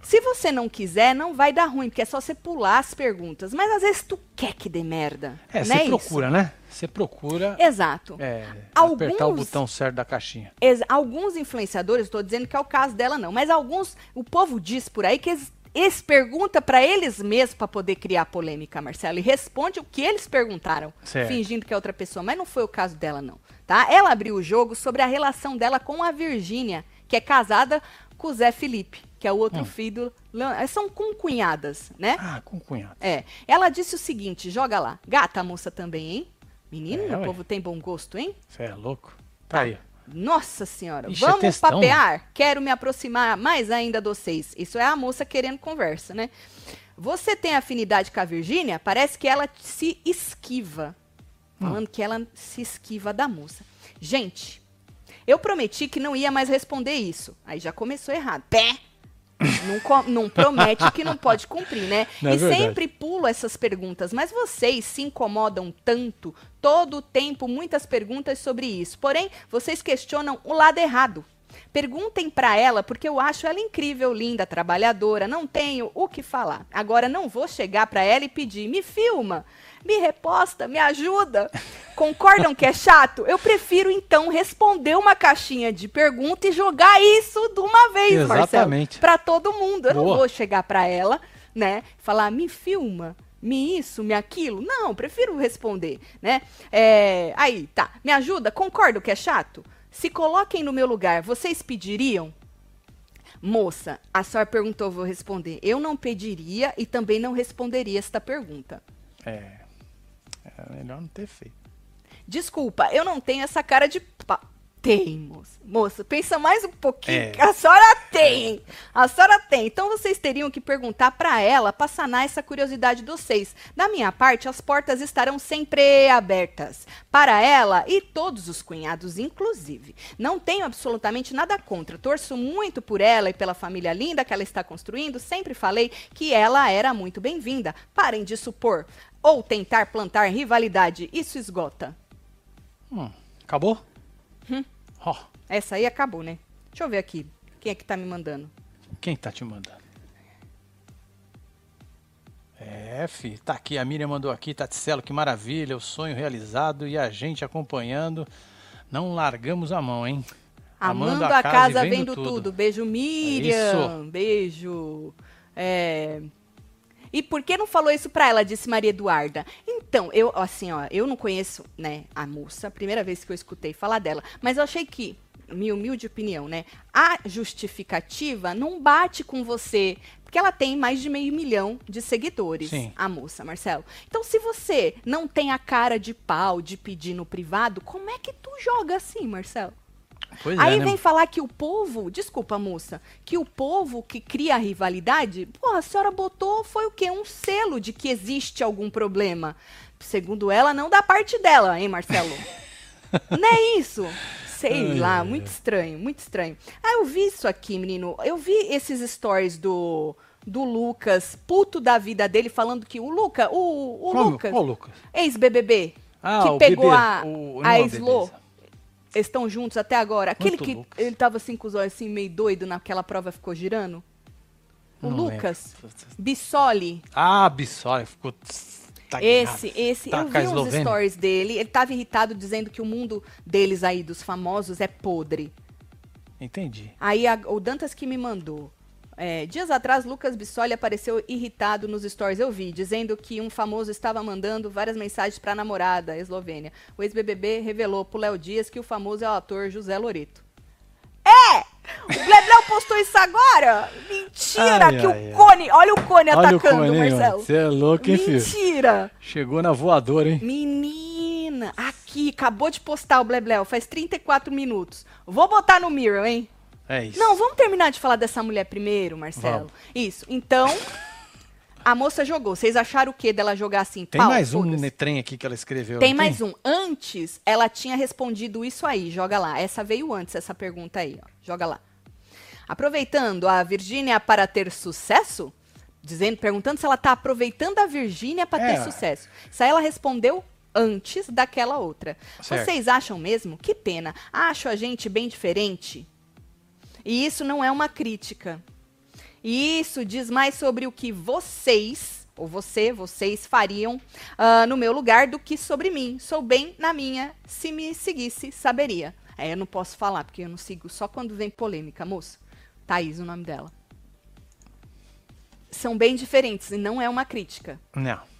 Se você não quiser, não vai dar ruim, porque é só você pular as perguntas. Mas às vezes tu quer que dê merda. É, não você isso? procura, né? Você procura Exato. é, Alguns- apertar o botão certo da caixinha. Ex- alguns influenciadores, estou dizendo que é o caso dela não, mas alguns, o povo diz por aí que eles, eles perguntam para eles mesmos para poder criar polêmica, Marcelo, e responde o que eles perguntaram, Certo. fingindo que é outra pessoa, mas não foi o caso dela não, tá? Ela abriu o jogo sobre a relação dela com a Virgínia, que é casada com o Zé Felipe, que é o Hum. outro filho do... Leon- eh, São concunhadas, né? Ah, com cunhado. É. Ela disse o seguinte, joga lá. Gata a moça também, hein? Menino, É, o ué. povo tem bom gosto, hein? Você é louco? Tá aí. ó. Nossa senhora, Ixi, é vamos textão, papear? Quero me aproximar mais ainda de vocês. Isso é a moça querendo conversa, né? Você tem afinidade com a Virgínia? Parece que ela se esquiva. Hum. Falando que ela se esquiva da moça. Gente, eu prometi que não ia mais responder isso. Aí já começou errado. Pé! Não, co- não promete que não pode cumprir, né? Não, é e verdade. sempre pulo essas perguntas, mas vocês se incomodam tanto, todo o tempo, muitas perguntas sobre isso. Porém, vocês questionam o lado errado. Perguntem pra ela, porque eu acho ela incrível, linda, trabalhadora, não tenho o que falar. Agora não vou chegar pra ela e pedir, me filma, me reposta, me ajuda. Concordam que é chato? Eu prefiro então responder uma caixinha de pergunta e jogar isso de uma vez, Marcelo, Exatamente. para todo mundo. Eu Boa. não vou chegar pra ela, né, falar me filma, me isso, me aquilo. Não, prefiro responder, né? É, aí, tá. Me ajuda? Concordo que é chato? Se coloquem no meu lugar, vocês pediriam? Moça, a senhora perguntou, vou responder. Eu não pediria e também não responderia esta pergunta. É. É melhor não ter feito. Desculpa, eu não tenho essa cara de. Pa... Tem, moça. Moça, pensa mais um pouquinho. É. que A senhora tem! A senhora tem. Então vocês teriam que perguntar pra ela pra sanar essa curiosidade de vocês. Da minha parte, as portas estarão sempre abertas. Para ela e todos os cunhados, inclusive. Não tenho absolutamente nada contra. Torço muito por ela e pela família linda que ela está construindo. Sempre falei que ela era muito bem-vinda. Parem de supor ou tentar plantar rivalidade. Isso esgota. Hum, acabou? Hum. Ó, Essa aí acabou, né? Deixa eu ver aqui. Quem é que tá me mandando? quem tá te mandando? É, fi, tá aqui, a Miriam mandou aqui, Taticelo, que maravilha, o sonho realizado e a gente acompanhando. Não largamos a mão, hein? Amando a casa, vendo tudo. É Beijo, Miriam. Beijo. É, E por que não falou isso pra ela? Disse Maria Eduarda. Então, eu, assim, ó, eu não conheço, né, a moça. Primeira vez que eu escutei falar dela. Mas eu achei que, minha humilde opinião, né, a justificativa não bate com você. Porque ela tem mais de meio milhão de seguidores, Sim. a moça, Marcelo. Então, se você não tem a cara de pau de pedir no privado, como é que tu joga assim, Marcelo? Pois Aí é, né? vem falar que o povo, desculpa moça, que o povo que cria a rivalidade, porra, a senhora botou foi o quê? Um selo de que existe algum problema. Segundo ela, não da parte dela, hein, Marcelo? não é isso? Sei lá, muito estranho, muito estranho. Ah, eu vi isso aqui, menino. Eu vi esses stories do, do Lucas, puto da vida dele, falando que o Lucas, o, o Como? Lucas, Ô, Lucas. ex-BBB, Ah, que o pegou bebê, a, o- não, a a Slo. bebeza. Eles estão juntos até agora. Aquele Muito que loucos. ele tava assim com os olhos assim, meio doido naquela prova, ficou girando. O Não Lucas lembro. Bissoli. Ah, Bissoli, ficou. Esse, esse, Tá eu com a vi uns Eslovênia? stories dele. Ele tava irritado dizendo que o mundo deles aí, dos famosos, é podre. Entendi. Aí a- o Dantas que me mandou. É, dias atrás, Lucas Bissoli apareceu irritado nos stories, eu vi, dizendo que um famoso estava mandando várias mensagens para a namorada eslovênia. O ex-BBB revelou pro Léo Dias que o famoso é o ator José Loreto. É! O Blebleu postou isso agora? Mentira! Ai, que ai, ai. o Cone, olha o Cone Olha o atacando, Cone, hein, mano? Marcelo. Cê é louco, hein, filho? Mentira! Chegou na voadora, hein? Menina, aqui, acabou de postar o Blebleu, faz 34 minutos. Vou botar no Mirror, hein? É isso. Não, vamos terminar de falar dessa mulher primeiro, Marcelo. Vamos. Isso. Então, a moça jogou. Vocês acharam o quê dela jogar assim? Tem Pau, mais um foda-se. ne- trem aqui que ela escreveu. Tem não mais um. Antes, ela tinha respondido isso aí. Joga lá. Essa veio antes, essa pergunta aí. Ó. Joga lá. Aproveitando a Virgínia para ter sucesso? Dizendo, perguntando se ela tá aproveitando a Virgínia para É. ter sucesso. Isso aí ela respondeu antes daquela outra. Certo. Vocês acham mesmo? Que pena. Acho a gente bem diferente. E isso não é uma crítica. Isso diz mais sobre o que vocês, ou você, vocês fariam ah, no meu lugar do que sobre mim. Sou bem na minha, se me seguisse, saberia. É, eu não posso falar, porque eu não sigo só quando vem polêmica, moço. Thaís, o nome dela. São bem diferentes e não é uma crítica. Não.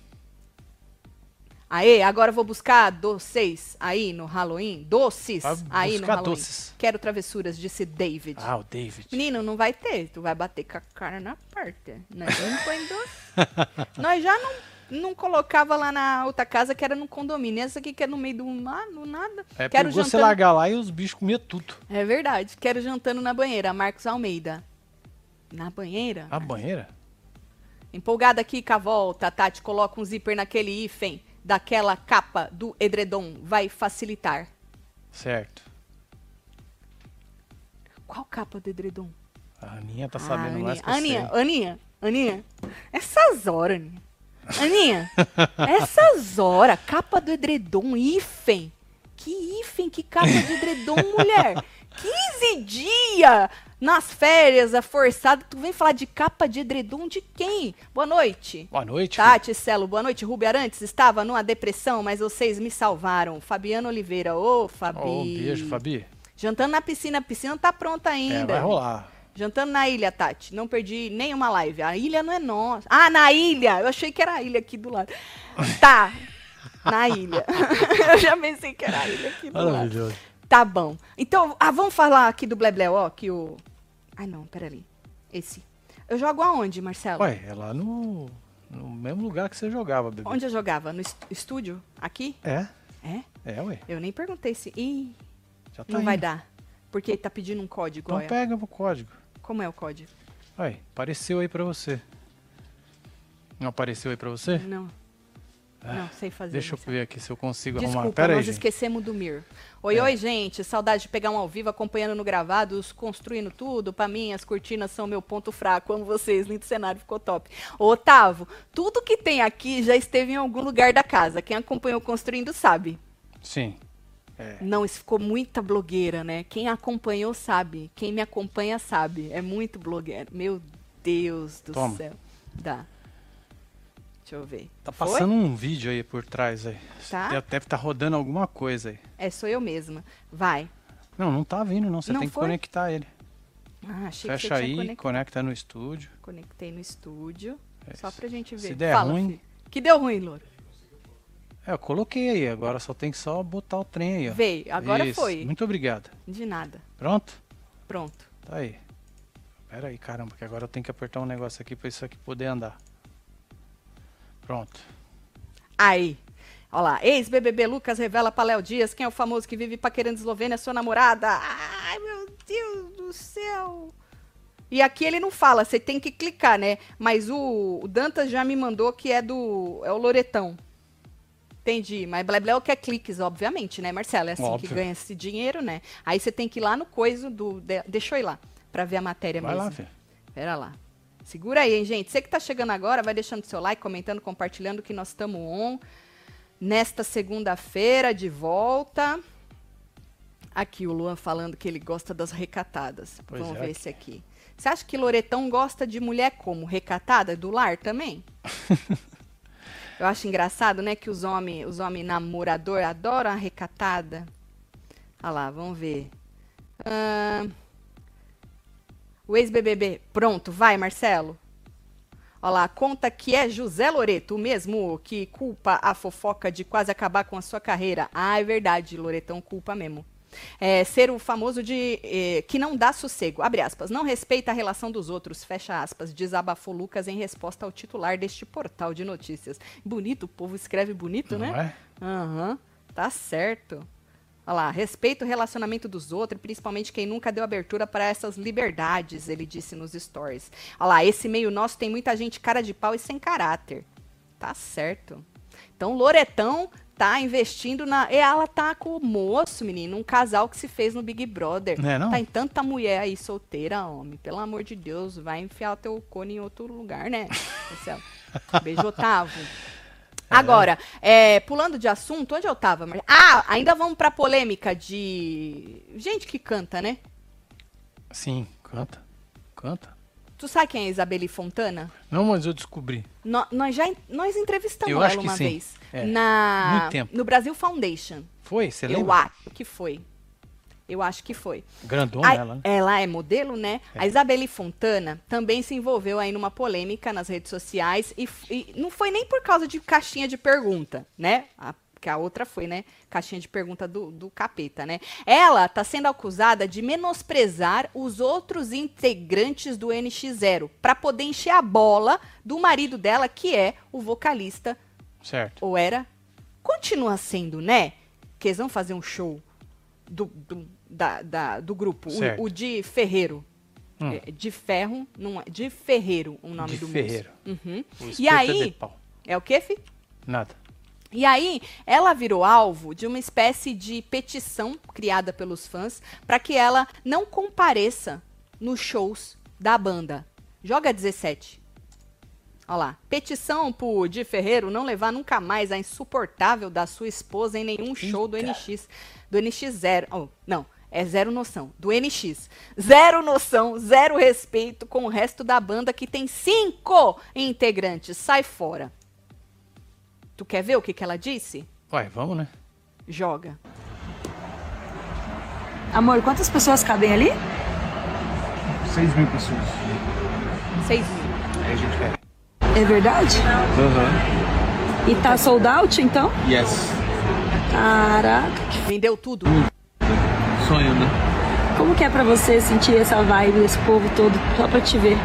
Aê, agora eu vou buscar doces aí no Halloween. Doces Vai aí no buscar Halloween. doces. Quero travessuras, disse David. Ah, o David. Menino, não vai ter. Tu vai bater com a cara na porta. Nós não põe doce. Nós já não, não colocava lá na outra casa que era no condomínio. Essa aqui que é no meio do mar, no nada. É Quero perigoso você jantando- largar lá e os bichos comiam tudo. É verdade. Quero jantando na banheira. Marcos Almeida. Na banheira? A banheira? Empolgada aqui com a volta, Tati coloca um zíper naquele hífen daquela capa do edredom. Vai facilitar. Certo. Qual capa do edredom? A Aninha tá Ah, sabendo mais que eu Aninha, sei. Aninha, Aninha, essas horas, Aninha. Aninha, essas horas, capa do edredom, hífen. Que hífen, que capa de edredom, mulher. 15 dias nas férias, a forçada. Tu vem falar de capa de edredom de quem? Boa noite. Boa noite. Tati, Celo, boa noite. Rubi Arantes estava numa depressão, mas vocês me salvaram. Fabiano Oliveira, ô, Fabi. filho. Ó, um beijo, Fabi. Jantando na piscina, a piscina não tá pronta ainda. É, vai rolar. Jantando na ilha, Tati. Não perdi nenhuma live. A ilha não é nossa. Ah, na ilha! Eu achei que era a ilha aqui do lado. Tá. Na ilha. Eu já pensei que era a ilha aqui do lado. Maravilhoso. Tá bom. Então, ah, vamos falar aqui do Blebleu, ó, que o... Ai, não, peraí. Esse. Eu jogo aonde, Marcelo? Ué, é lá no, no mesmo lugar que você jogava, bebê. Onde eu jogava? No est- estúdio? Aqui? É? É? É, ué. Eu nem perguntei se... Ih, Já tá não vai indo. dar. Porque ele tá pedindo um código, Então olha. pega o código. Como é o código? Aí, apareceu aí pra você. Não apareceu aí pra você? Não. Não, sei fazer. Ah, Deixa eu Marcelo. ver aqui se eu consigo arrumar. Desculpa, Pera aí, nós gente. É. esquecemos do Mir. Oi, oi, gente. Saudade de pegar um ao vivo, acompanhando no gravado, os construindo tudo. Pra mim, as cortinas são meu ponto fraco. Amo vocês. Lindo cenário, ficou top. Ô, Otávio, tudo que tem aqui já esteve em algum lugar da casa. Quem acompanhou construindo sabe. Sim. É. Não, isso ficou muita blogueira, né? Quem acompanhou sabe. Quem me acompanha sabe. É muito blogueira. Meu Deus do Toma. céu. Dá. Deixa eu ver. Tá Foi? passando um vídeo aí por trás aí. Tá. Deve estar rodando alguma coisa aí. É, sou eu mesma. Vai. Não, não tá vindo não. Você Não tem que foi? conectar ele. Ah, achei que Fecha você aí, tinha conectado. conecta no estúdio. Conectei no estúdio. Só pra gente ver. É Se der ruim- filho. Que deu ruim, Loura. É, eu coloquei aí, agora só tem que só botar o trem aí, ó. Veio, agora Isso, foi. Muito obrigado. De nada. Pronto? Pronto. Tá aí. Pera aí, caramba, que agora eu tenho que apertar um negócio aqui pra isso aqui poder andar. Pronto. Aí. Olha lá. Ex-BBB Lucas revela pra Léo Dias quem é o famoso que vive paquerando Eslovênia, sua namorada. Ai, meu Deus do céu. E aqui ele não fala, você tem que clicar, né? Mas o, o Dantas já me mandou que é do. É o Loretão. Entendi. Mas é Blebleu quer cliques, obviamente, né, Marcelo? É assim Óbvio. que ganha esse dinheiro, né? Aí você tem que ir lá no coiso do. de- deixa eu ir lá, pra ver a matéria Vai É mesmo. lá, filho. Pera lá. Segura aí, hein, gente. Você que tá chegando agora, vai deixando seu like, comentando, compartilhando que nós estamos on. Nesta segunda-feira, de volta. Aqui o Luan falando que ele gosta das recatadas. Pois Vamos é, ver aqui. esse aqui. Você acha que Loretão gosta de mulher como? Recatada? Do lar também? Eu acho engraçado, né, que os homens os homem namorador adoram a recatada. Ah lá, vamos ver. Ahn, o ex-BBB. Pronto, vai, Marcelo. Olha lá, conta que é José Loreto, o mesmo que culpa a fofoca de quase acabar com a sua carreira. Ah, é verdade, Loretão culpa mesmo. É, ser o famoso de eh, que não dá sossego, abre aspas, não respeita a relação dos outros, fecha aspas, desabafou Lucas em resposta ao titular deste portal de notícias. Bonito, o povo escreve bonito, né? Não é? Aham, tá certo. Olha lá, respeita o relacionamento dos outros, principalmente quem nunca deu abertura para essas liberdades, ele disse nos stories. Olha lá, esse meio nosso tem muita gente cara de pau e sem caráter. Tá certo. Então, Loretão tá investindo na. E ela tá com o moço, menino, um casal que se fez no Big Brother. Não é não? Tá em tanta mulher aí solteira, homem. Pelo amor de Deus, vai enfiar o teu cone em outro lugar, né? Marcelo? Beijo, Otávio. Agora, é, pulando de assunto, onde eu tava? Mar- Ah, ainda vamos pra polêmica de gente que canta, né? Sim, canta. Canta. Tu sabe quem é a Isabelle Fontana? Não, mas eu descobri. No- nós já en- nós entrevistamos Eu ela acho que uma sim. vez. É. Na, Muito tempo. No Brasil Foundation. Foi? Você eu lembra? acho que foi. Eu acho que foi. Grandona A- ela, né? ela é modelo, né? A Isabelle Fontana também se envolveu aí numa polêmica nas redes sociais e, f- e não foi nem por causa de caixinha de pergunta, né? A- que a outra foi, né? Caixinha de pergunta do, do capeta, né? Ela tá sendo acusada de menosprezar os outros integrantes do NX0 para poder encher a bola do marido dela, que é o vocalista Certo. ou era? Continua sendo, né? Que eles vão fazer um show do, do, da- da- do grupo. Certo. O, o de Ferreiro. Hum. É, de Ferro, não é. De Ferreiro, o nome De do Ferreiro. músico. Uhum. O E espeto é de aí. pau. É o quê, fi? Nada. E aí, ela virou alvo de uma espécie de petição criada pelos fãs para que ela não compareça nos shows da banda. Joga 17. Olha lá. Petição pro Di Ferreiro não levar nunca mais a insuportável da sua esposa em nenhum show do NX. Do NX0. Oh, não. É zero noção. Do NX. Zero noção, zero respeito com o resto da banda que tem cinco integrantes. Sai fora. Tu quer ver o que, que ela disse? Ué, vamos, né? Joga. Amor, quantas pessoas cabem ali? 6 mil pessoas. Seis mil. É verdade? Aham. E tá sold out, então? Yes. Caraca. Vendeu tudo? Sonho, né? Como que é pra você sentir essa vibe desse povo todo só pra te ver?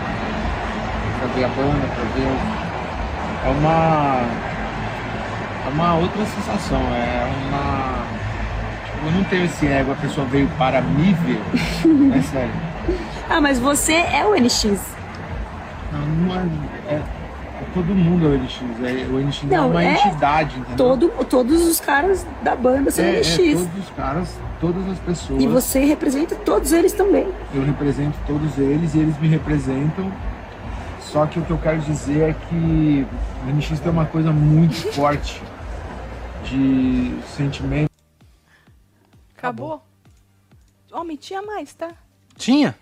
Pra ver a banda, pra ver. o- É uma. É uma outra sensação. É uma. Tipo, eu não tenho esse ego, a pessoa veio para me ver. É sério. Ah, mas você é o NX. Não, não é. é- é todo mundo é o NX. É, o NX é Não, uma é entidade, entendeu? Todo, todos os caras da banda são é, é, NX. todos os caras, todas as pessoas. E você representa todos eles também. Eu represento todos eles e eles me representam. Só que o que eu quero dizer é que o NX tem uma coisa muito forte de sentimento. Acabou. Homem, tinha mais, tá? Tinha?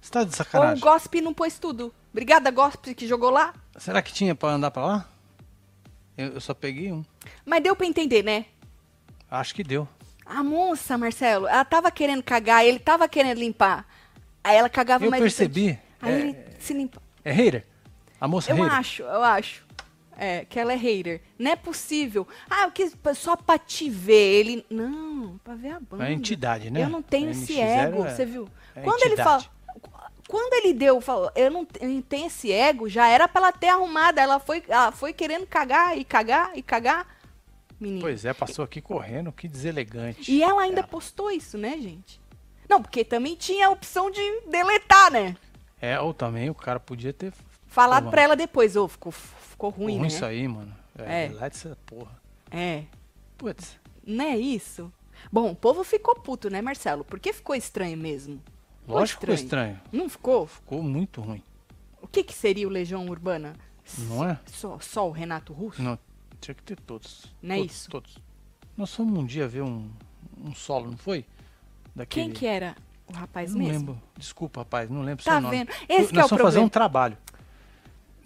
Você tá de Ou o sacanagem. Gospe não pôs tudo. Obrigada, Gospe, que jogou lá. Será que tinha pra andar pra lá? Eu, eu só peguei um. Mas deu pra entender, né? Acho que deu. A moça, Marcelo, ela tava querendo cagar, ele tava querendo limpar. Aí ela cagava Eu mais percebi. distante. Aí É- ele se limpa. É hater? A moça é Eu hater? acho, eu acho. É, que ela é hater. Não é possível. Ah, eu quis pa- só pra te ver. Ele. Não, pra ver a banda. É entidade, né? Eu não tenho esse NX0 ego, é- você viu? é Quando ele fala. entidade. Quando ele deu, falou, eu não te- eu não tenho esse ego, já era pra ela ter arrumado. Ela foi, ela foi querendo cagar e cagar e cagar. Menino. Pois é, passou aqui correndo, que deselegante. E ela ainda postou isso, né, gente? Não, porque também tinha a opção de deletar, né? É, ou também o cara podia ter Falado Pô, pra ela depois, ô, ficou, ficou ruim, ruim né? isso aí, mano. É. É, lá dessa porra. É. Putz, Não é isso? Bom, o povo ficou puto, né, Marcelo? Porque ficou estranho mesmo. Ficou lógico que ficou estranho. Não ficou? Ficou muito ruim, O que, que seria o Legião Urbana? não é? Só, só o Renato Russo? Não, tinha que ter todos. Não é todos, isso? Todos. Nós fomos um dia ver um, um solo, não foi? Daquele... Quem que era o rapaz Não mesmo? lembro. Desculpa, rapaz, não lembro Tá seu nome. vendo? Esse nós que é o fomos fazer problema. um trabalho.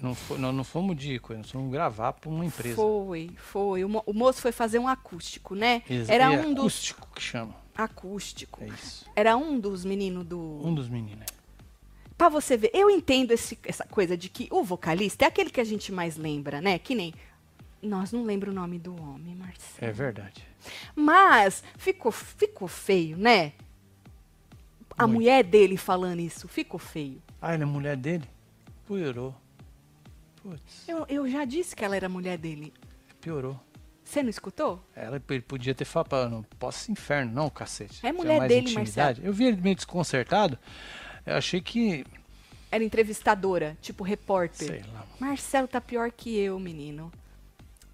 Não, fo- nós não fomos de coisa, nós fomos gravar pra uma empresa. Foi, foi. O, mo- o moço foi fazer um acústico, né? Exa- Era é um dos... acústico que chama. Acústico. É isso. Era um dos meninos do... Um dos meninos. Pra você ver, eu entendo esse- essa coisa de que o vocalista é aquele que a gente mais lembra, né? Que nem. Nós não lembra o nome do homem, Marcelo. É verdade. Mas ficou, ficou feio, né? A Muito. mulher dele falando isso, ficou feio. Ah, ele é mulher dele? Piorou. Putz, Eu, eu já disse que ela era mulher dele. piorou. Você não escutou? Ela, ele podia ter falado, "Pá, não posso esse inferno, não, cacete. É Isso mulher mais dele, intimidade." Eu vi ele meio desconcertado. Eu achei que. Era entrevistadora, tipo repórter. Sei lá. Marcelo tá pior que eu, menino.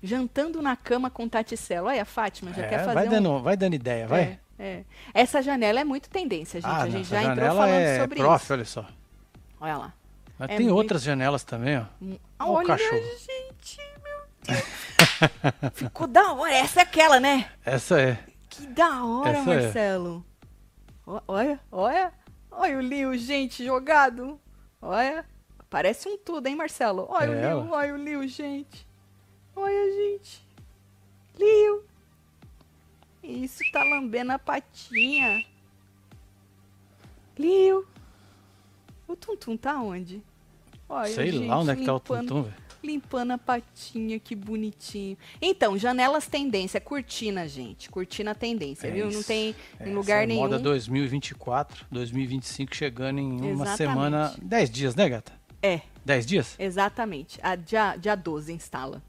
Jantando na cama com Taticelo. Olha, a Fátima já É, quer fazer vai, um dando, vai dando ideia, vai. É, é. Essa janela é muito tendência, gente. Ah, a gente nossa já entrou janela falando é sobre prof, isso. olha só. Olha lá. Mas É tem muito- outras janelas também, ó. Ó o Olha, cachorro. gente, meu Deus. Ficou da hora. Essa é aquela, né? Essa é. Que da hora, Essa é. Marcelo. Ó- Olha, olha. Olha o Liu, gente, jogado. Olha. Parece um tudo, hein, Marcelo? Olha É, o Liu, olha o Liu, gente. Olha, gente. Liu. Isso tá lambendo a patinha. Liu. O Tuntum tá onde? Olha, Sei gente, lá onde é que tá o limpando- Tuntum, velho. Limpando a patinha, que bonitinho. Então, janelas tendência, cortina, gente. Cortina tendência, É viu? Não isso. tem É, em essa lugar nenhum. Moda 2024, 2025 chegando em uma Exatamente. semana. 10 dias, né, gata? É. 10 dias? Exatamente. A dia, dia 12 instala.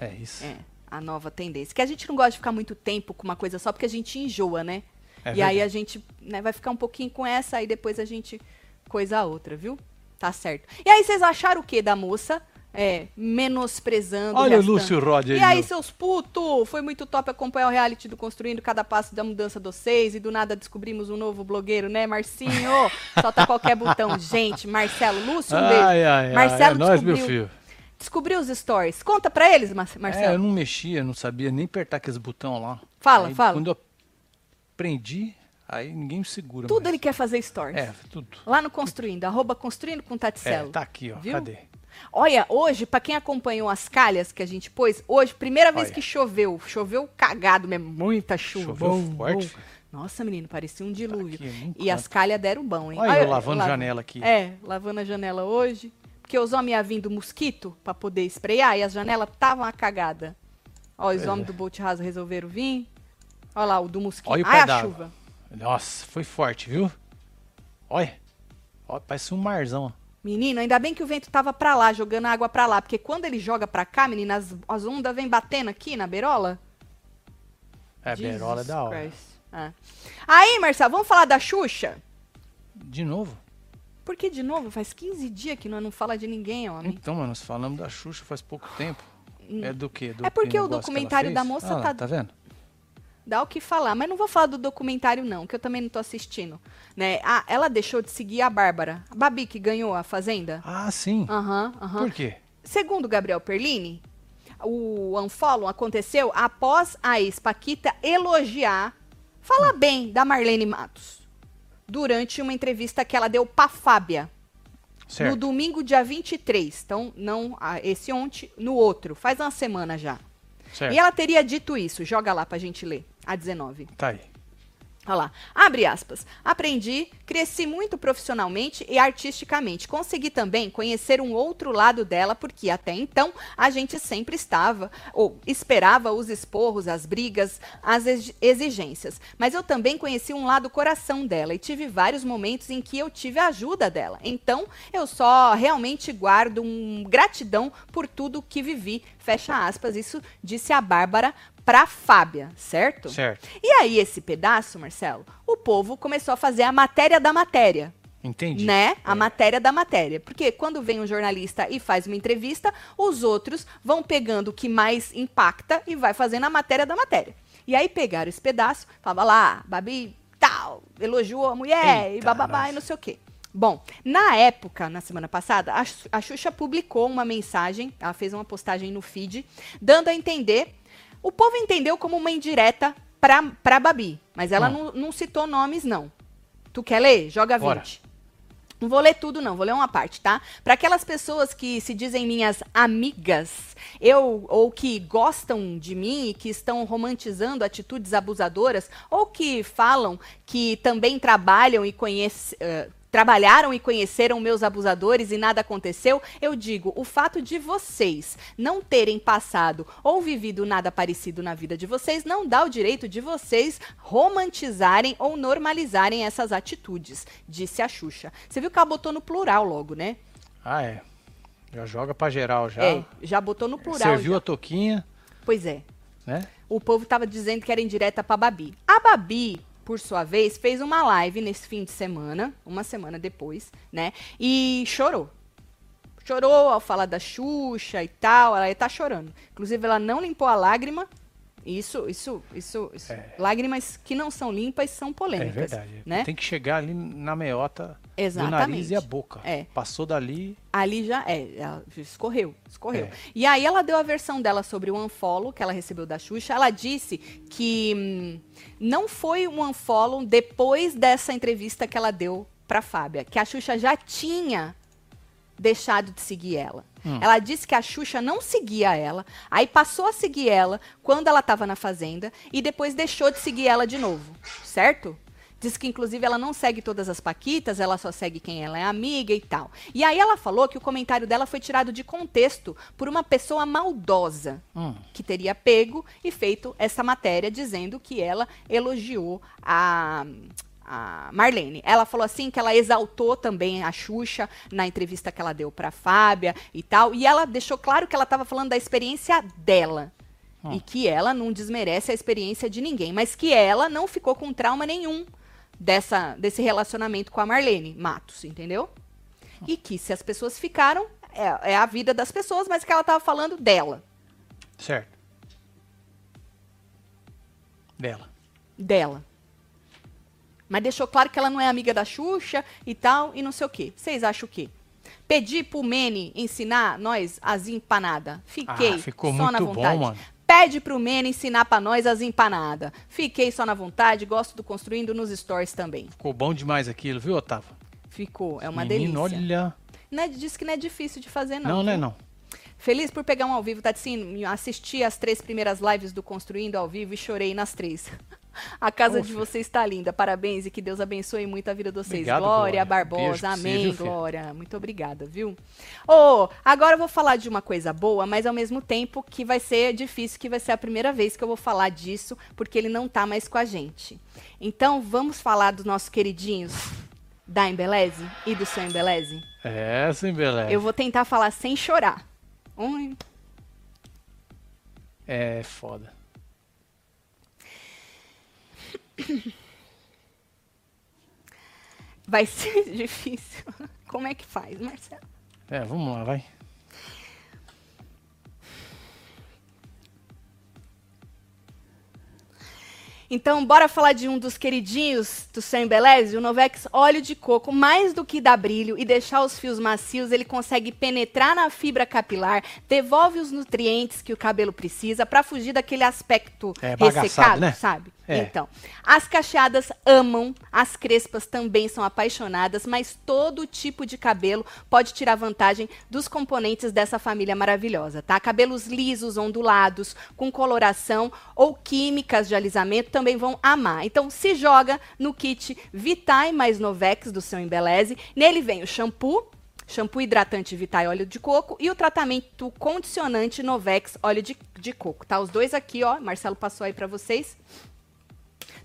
É isso. É, a nova tendência. Que a gente não gosta de ficar muito tempo com uma coisa só, porque a gente enjoa, né? É e verdade. aí a gente né, vai ficar um pouquinho com essa, aí depois a gente coisa a outra, viu? Tá certo. E aí vocês acharam o que da moça? É, menosprezando. Olha o restando. Lúcio Rod aí, E aí, meu. seus puto, foi muito top acompanhar o reality do Construindo Cada Passo da Mudança dos Seis e do nada descobrimos um novo blogueiro, né, Marcinho? Solta qualquer botão. Gente, Marcelo, Lúcio, um beijo. Ai, ai, ai, Marcelo é nóis, meu descobriu, filho. descobriu os stories. Conta pra eles, Mar- Marcelo. É, eu não mexia, não sabia nem apertar aqueles botão lá. Fala, Aí, fala. Quando eu aprendi, aí ninguém me segura. Tudo mais. ele quer fazer stories. É, tudo. Lá no Construindo, arroba Construindo com Taticelo. É, tá aqui, ó. Viu? Cadê? Olha, hoje, pra quem acompanhou as calhas que a gente pôs, hoje, primeira vez Olha. que choveu, choveu cagado mesmo, muita chuva. Choveu Bom, forte, Tá bom. Nossa, menino, parecia um dilúvio. aqui, eu nunca- e as calhas deram bom, hein? Olha eu lavando janela aqui. É, lavando a janela hoje, porque os homens iam vindo mosquito pra poder espreiar e as janelas estavam uma cagada. Ó, os Pois homens é. do Bolt Raso resolveram vir. Olha lá, o do mosquito. Olha o Ai, pé a d'água. chuva. Nossa, foi forte, viu? Olha. Olha, parece um marzão. Menino, ainda bem que o vento tava pra lá, jogando água pra lá, porque quando ele joga pra cá, menina, as, as ondas vêm batendo aqui na beirola. É, Jesus berola é da hora. Christ. Ah. Aí, Marcelo, vamos falar da Xuxa? De novo? Porque, de novo, faz 15 dias que nós não fala de ninguém, homem. Então, mano, nós falamos da Xuxa faz pouco tempo. Hum. É do quê? Do É porque o negócio que ela documentário fez? da moça Ah lá, tá- Tá vendo? Dá o que falar, mas não vou falar do documentário, não, que eu também não tô assistindo. Né? Ah, ela deixou de seguir a Bárbara. A Babi que ganhou a Fazenda? Ah, sim. Aham, aham. Por quê? Segundo Gabriel Perlini, o unfollow aconteceu após a ex-Paquita elogiar, falar bem da Marlene Matos, durante uma entrevista que ela deu pra Fábia, Certo. no domingo, dia 23. Então, não ah, esse ontem, no outro, faz uma semana já. Certo. E ela teria dito isso, joga lá pra gente ler, a Né? 19. Tá aí. Olha lá. Abre aspas. Aprendi, cresci muito profissionalmente e artisticamente. Consegui também conhecer um outro lado dela, porque até então a gente sempre estava ou esperava os esporros, as brigas, as ex- exigências. Mas eu também conheci um lado coração dela e tive vários momentos em que eu tive a ajuda dela. Então, eu só realmente guardo um gratidão por tudo que vivi. Fecha aspas. Isso disse a Bárbara pra Fábia, certo? Certo. E aí, esse pedaço, Marcelo, o povo começou a fazer a matéria da matéria. Entendi. É. Né? A matéria da matéria. Porque quando vem um jornalista e faz uma entrevista, os outros vão pegando o que mais impacta e vai fazendo a matéria da matéria. E aí pegaram esse pedaço, falava lá, Babi, tal, elogiou a mulher e Eita, bababá e não sei o quê. Bom, na época, na semana passada, a Xu- a Xuxa publicou uma mensagem, ela fez uma postagem no feed, dando a entender. O povo entendeu como uma indireta pra, pra Babi, mas Ah. ela não, não citou nomes, não. Tu quer ler? Joga 20. Bora. Não vou ler tudo, não, vou ler uma parte, tá? Para aquelas pessoas que se dizem minhas amigas, eu ou que gostam de mim e que estão romantizando atitudes abusadoras, ou que falam que também trabalham e conhecem. Trabalharam e conheceram meus abusadores e nada aconteceu. Eu digo, o fato de vocês não terem passado ou vivido nada parecido na vida de vocês não dá o direito de vocês romantizarem ou normalizarem essas atitudes, disse a Xuxa. Você viu que ela botou no plural logo, né? Ah, é. Já joga pra geral já. É, já botou no plural. Serviu já. a toquinha, Pois é. né? O povo tava dizendo que era indireta pra Babi. A Babi, por sua vez, fez uma live nesse fim de semana, uma semana depois, né? E chorou. Chorou ao falar da Xuxa e tal, ela tá chorando. Inclusive, ela não limpou a lágrima. Isso, isso, isso, isso. Lágrimas que não são limpas são É polêmicas. verdade. Né? Tem que chegar ali na meiota do nariz Exatamente. e a boca. É. Passou dali, Ali já é, ela escorreu, escorreu. É. E aí ela deu a versão dela sobre o unfollow que ela recebeu da Xuxa. Ela disse que hum, não foi um unfollow depois dessa entrevista que ela deu pra Fábia, que a Xuxa já tinha deixado de seguir ela. Hum. Ela disse que a Xuxa não seguia ela, aí passou a seguir ela quando ela estava na fazenda e depois deixou de seguir ela de novo, certo? Diz que, inclusive, ela não segue todas as paquitas, ela só segue quem ela é amiga e tal. E aí ela falou que o comentário dela foi tirado de contexto por uma pessoa maldosa Hum. que teria pego e feito essa matéria dizendo que ela elogiou a, a Marlene. Ela falou assim que ela exaltou também a Xuxa na entrevista que ela deu para Fábia e tal, e ela deixou claro que ela estava falando da experiência dela. Hum. E que ela não desmerece a experiência de ninguém, mas que ela não ficou com trauma nenhum dessa, desse relacionamento com a Marlene Matos, entendeu? E que se as pessoas ficaram, é, é a vida das pessoas, mas que ela estava falando dela. Certo. Dela. dela. Mas deixou claro que ela não é amiga da Xuxa e tal, e não sei o quê. Vocês acham o quê? Pedi pro Mene ensinar nós as empanadas. Fiquei Ah, ficou só muito na bom, vontade. mano. Pede pro Mene ensinar pra nós as empanadas. Fiquei só na vontade, gosto do construindo nos stories também. Ficou bom demais aquilo, viu, Otávio? Ficou, é uma Menino, delícia. olha. Não é, diz que não é difícil de fazer, não. Não, não, viu? é não. Feliz por pegar um ao vivo, Tatsin. Assisti as três primeiras lives do Construindo ao vivo e chorei nas três. A casa Ô, de filho. vocês está linda. Parabéns e que Deus abençoe muito a vida de vocês. Obrigado, Glória, Glória. Beijo Barbosa. pra você, Amém, viu, filho? Glória. Muito obrigada, viu? Ô, agora eu vou falar de uma coisa boa, mas ao mesmo tempo que vai ser difícil, que vai ser a primeira vez que eu vou falar disso, porque ele não tá mais com a gente. Então, vamos falar dos nossos queridinhos da Embeleze e do seu Embeleze? É, sim, beleza. Eu vou tentar falar sem chorar. Um, É foda. Vai ser difícil. Como é que faz, Marcelo? É, vamos lá, vai. Então, bora falar de um dos queridinhos do Sam Beleze, o Novex óleo de coco. Mais do que dar brilho e deixar os fios macios, ele consegue penetrar na fibra capilar, devolve os nutrientes que o cabelo precisa para fugir daquele aspecto É, bagaçado, ressecado, né? sabe? É. Então, as cacheadas amam, as crespas também são apaixonadas, mas todo tipo de cabelo pode tirar vantagem dos componentes dessa família maravilhosa, tá? Cabelos lisos, ondulados, com coloração ou químicas de alisamento também vão amar. Então, se joga no kit Vitae mais Novex do seu Embeleze. Nele vem o shampoo, Shampoo hidratante Vitae óleo de coco e o tratamento condicionante Novex óleo de, de coco, tá? Os dois aqui, ó, Marcelo passou aí pra vocês.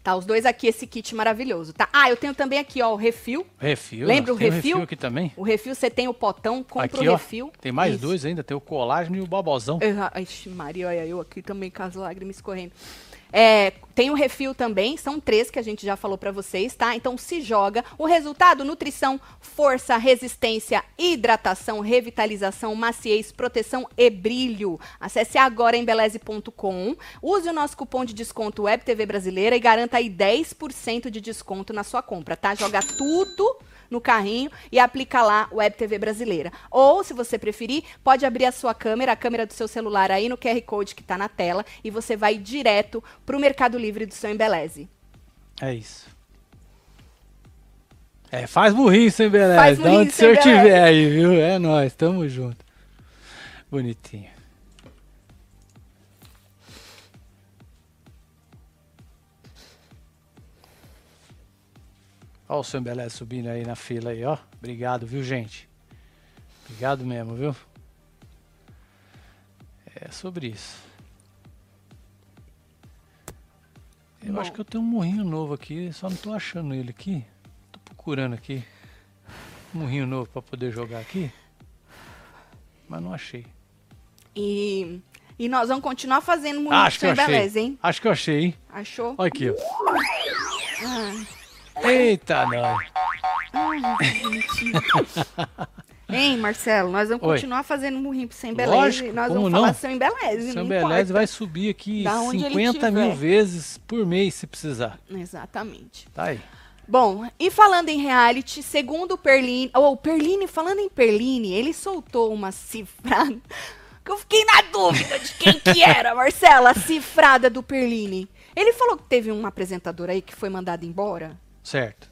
Tá, os dois aqui, esse kit maravilhoso, tá? Ah, eu tenho também aqui, ó, o refil. Refil. Lembra nós o tem um refil? refil aqui também. O refil, você tem o potão, compra aqui, o ó, refil. Tem mais Isso. dois ainda. Tem o colágeno e o babozão. Eu- ah, Ixi, Maria, olha eu aqui também com as lágrimas escorrendo. É, tem o refil também, são três que a gente já falou pra vocês, tá? Então se joga. O resultado: nutrição, força, resistência, hidratação, revitalização, maciez, proteção e brilho. Acesse agora em beleze.com. Use o nosso cupom de desconto WebTV Brasileira e garanta aí 10% de desconto na sua compra, tá? Joga tudo no carrinho e aplica lá Web TV Brasileira. Ou, se você preferir, pode abrir a sua câmera, a câmera do seu celular aí no QR Code que está na tela e você vai direto pro Mercado Livre do seu Embeleze. É isso. É, faz burrice, hein, Beleza? Então, Faz De onde burrice, você hein, Beleza? estiver aí, viu? É nóis, tamo junto. Bonitinho. Ó o seu Beleza subindo aí na fila aí, ó. Obrigado, viu, gente? Obrigado mesmo, viu? É sobre isso. Eu acho que eu tenho um morrinho novo aqui, só não tô achando ele aqui. Tô procurando aqui. Um morrinho novo pra poder jogar aqui. Mas não achei. E, e nós vamos continuar fazendo muito Ah, Acho que seu eu achei. Embeleze, hein? Acho que eu achei, hein? Achou? Olha aqui, ó. Ah. Eita, nós. Ah, que bonitinho. Hein, Marcelo, nós vamos Oi. continuar fazendo murrinho pro Sem Beleze. Lógico, e Nós como vamos não? falar seu Embeleze. Seu não Beleza importa. vai subir aqui Da onde ele 50 mil tiver. vezes por mês se precisar. Exatamente. Tá aí. Bom, e falando em reality, segundo o Perline, ou o Perline, falando em Perline, ele soltou uma cifrada que eu fiquei na dúvida de quem que era, Marcela, a cifrada do Perline. Ele falou que teve um apresentador aí que foi mandado embora, Certo.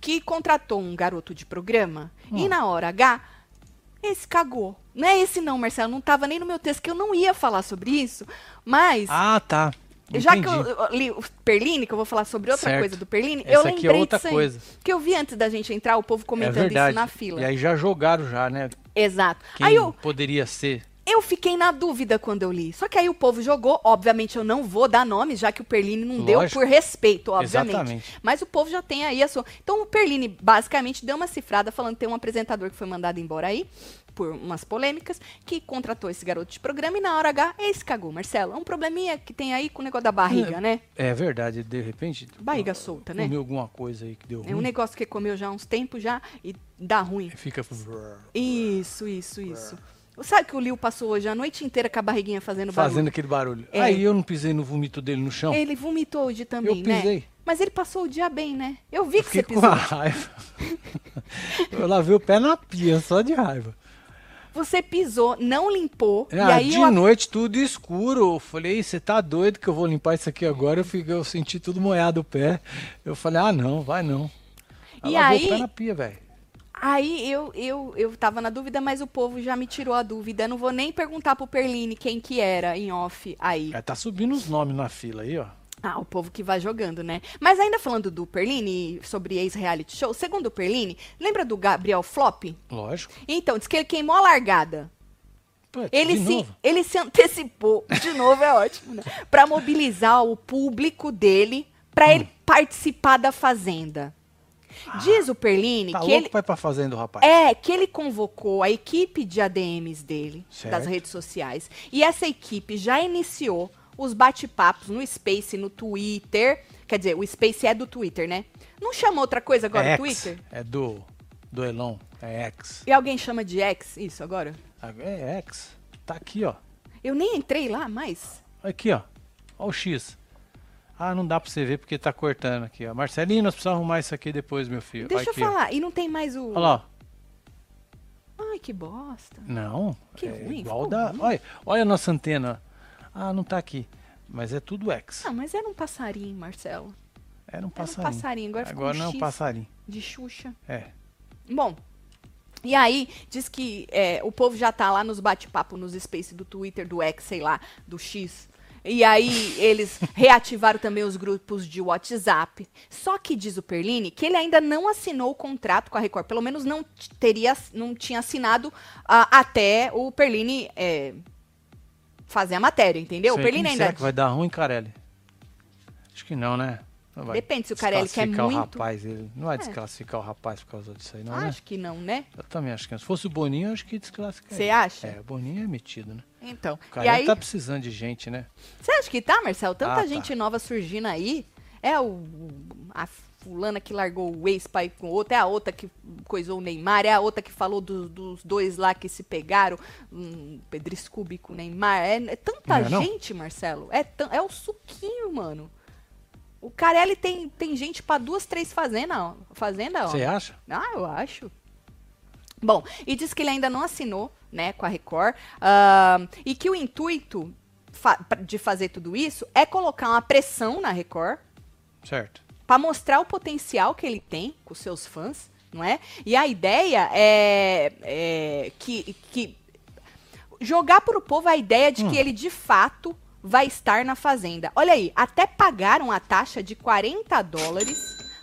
que contratou um garoto de programa e na hora H Esse cagou. Não é esse não, Marcelo. Não tava nem no meu texto, que eu não ia falar sobre isso. Mas, Ah, tá. já que Entendi. eu eu li o Perline, que eu vou falar sobre outra Certo. coisa do Perline, Essa eu aqui é lembrei outra disso aí. coisa. Que eu vi antes da gente entrar, o povo É comentando verdade. isso na fila. E aí já jogaram já, né? Exato. Quem Aí eu, poderia ser? eu fiquei na dúvida quando eu li. Só que aí o povo jogou. Obviamente eu não vou dar nome, já que o Perline não deu Lógico. por respeito, obviamente. Exatamente. Mas o povo já tem aí a sua. Então o Perline basicamente deu uma cifrada falando que tem um apresentador que foi mandado embora aí, por umas polêmicas, que contratou esse garoto de programa e na hora H, esse cagou, Marcelo. É um probleminha que tem aí com o negócio da barriga, né? É verdade, de repente. Barriga solta, né? Comeu alguma coisa aí que deu ruim. É um negócio que comeu já há uns tempos já e dá ruim. e Fica. Isso, isso, isso. Sabe que o Liu passou hoje a noite inteira com a barriguinha fazendo barulho? É. Fazendo aquele barulho. É. Aí eu não pisei no vomito dele no chão. Ele vomitou hoje também, Eu né? pisei. Mas ele passou o dia bem, né? Eu vi que você Fiquei com pisou. a raiva. eu lavei o pé na pia, só de raiva. Você pisou, não limpou. e Ah, aí de eu... noite tudo escuro. Eu falei, você tá doido que eu vou limpar isso aqui agora? Eu, fiquei, eu senti tudo molhado o pé. Eu falei, ah não, vai não. E lavou aí- o pé na pia, velho. Aí eu, eu, eu tava na dúvida, mas o povo já me tirou a dúvida. Eu não vou nem perguntar pro Perline quem que era em off aí. É, tá subindo os nomes na fila aí, ó. Ah, o povo que vai jogando, né? Mas ainda falando do Perline, sobre ex-reality show, segundo o Perline, lembra do Gabriel Flop? Lógico. Então, diz que ele queimou a largada. Putz, Ele de se, novo. ele se antecipou, de novo é ótimo, né? Pra mobilizar o público dele pra ele Hum. participar da Fazenda. Diz o Perline Tá que louco ele. pra ir pra fazenda, o rapaz. É, que ele convocou a equipe de ADMs dele, das Certo. redes sociais. E essa equipe já iniciou os bate-papos no Space, no Twitter. Quer dizer, o Space é do Twitter, né? Não chama outra coisa agora é o Twitter? X, É do, do Elon. É X. E alguém chama de X isso agora? É X. Tá aqui, ó. Eu nem entrei lá mais. Aqui, ó. Ó o X. Ah, não dá pra você ver porque tá cortando aqui, ó. Marcelinho, nós precisamos arrumar isso aqui depois, meu filho. Deixa aqui, eu ó. falar. E não tem mais o. Olha lá, ó. Ai, que bosta. Não. Que é ruim, igual ficou da. ruim. Olha, olha a nossa antena. Ah, não tá aqui. Mas é tudo X. Ah, mas era um passarinho, Marcelo. Era um Era passarinho. um passarinho. Agora, ficou Agora um não é um X passarinho. De Xuxa. É. Bom, e aí diz que é, o povo já tá lá nos bate-papo, nos space do Twitter, do X, sei lá, do X. E aí eles reativaram também os grupos de WhatsApp. Só que diz o Perline que ele ainda não assinou o contrato com a Record. Pelo menos não t- teria, não tinha assinado ah, até o Perline é, fazer a matéria, entendeu? Sei, o Perline quem ainda Será que vai dar ruim, Carelli? Acho que não, né? Não vai Depende, se o Carelli quer desclassificar o muito. rapaz, ele não vai É. desclassificar o rapaz por causa disso aí, não, né? Acho que não, né? Eu também acho que não. Se fosse o Boninho, eu acho que desclassificaria. Você acha? É, o Boninho é metido, né? Então, O e Carelli aí... tá precisando de gente, né? Você acha que tá, Marcelo? Ah, Tanta tá. gente nova surgindo aí. É o, a fulana que largou o ex pai com outra, é a outra que coisou o Neymar, é a outra que falou do- dos dois lá que se pegaram, um Pedro Scooby com o Neymar. É, é tanta Não é não? gente, Marcelo. É, tan- é o suquinho, mano. O Carelli tem, tem gente pra duas, três fazendas, ó. Fazenda, ó. Você acha? Ah, eu acho. Bom, e diz que ele ainda não assinou, né, com a Record, ah, e que o intuito fa- pra- de fazer tudo isso é colocar uma pressão na Record Certo. para mostrar o potencial que ele tem com seus fãs, não é? E a ideia é, é que, que jogar para o povo a ideia de que Hum. ele de fato vai estar na fazenda. Olha aí, até pagaram a taxa de 40 dólares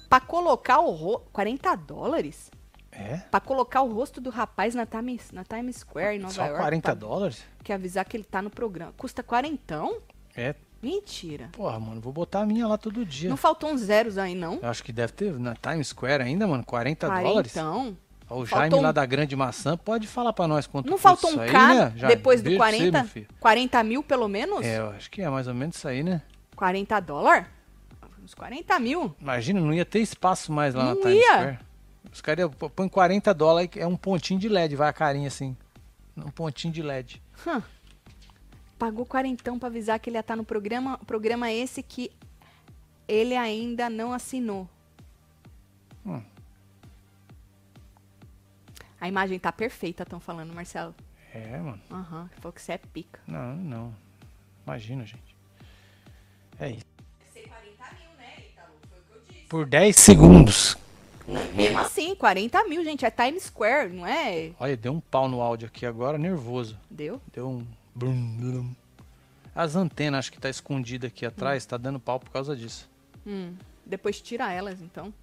para colocar o ro... 40 dólares É? para colocar o rosto do rapaz na Times, na Times Square em Nova Só York. tá. 40 pra- dólares? Que avisar que ele tá no programa. Custa quarentão? É. Mentira. Porra, mano, vou botar a minha lá todo dia. Não faltou uns zeros aí, não? Eu acho que deve ter na Times Square ainda, mano, 40 dólares. Quarentão? Ó, Faltou O Jaime um- lá da Grande Maçã pode falar pra nós quanto Não custa faltou um isso aí, K né? Jaime? depois do Beijo pra você, meu 40? filho. 40 mil, pelo menos? É, eu acho que é mais ou menos isso aí, né? 40 dólar? Uns 40 mil. Imagina, não ia ter espaço mais lá na Não Times ia. Square. Os caras iam pô- põem 40 dólares, é um pontinho de LED, vai a carinha assim. Um pontinho de LED. Hã. Pagou quarentão pra avisar que ele ia estar no programa. Programa esse que ele ainda não assinou. Hum. A imagem tá perfeita, estão falando, Marcelo. É, mano. Aham, falou que você é pica. Não, não. Imagina, gente. É isso. Por 10 segundos, Mesmo assim, 40 mil, gente, é Times Square, não é? Olha, deu um pau no áudio aqui agora, nervoso. Deu? Deu um. brum, brum. As antenas, acho que tá escondida aqui atrás, tá dando pau por causa disso. Hum, depois tira elas, então.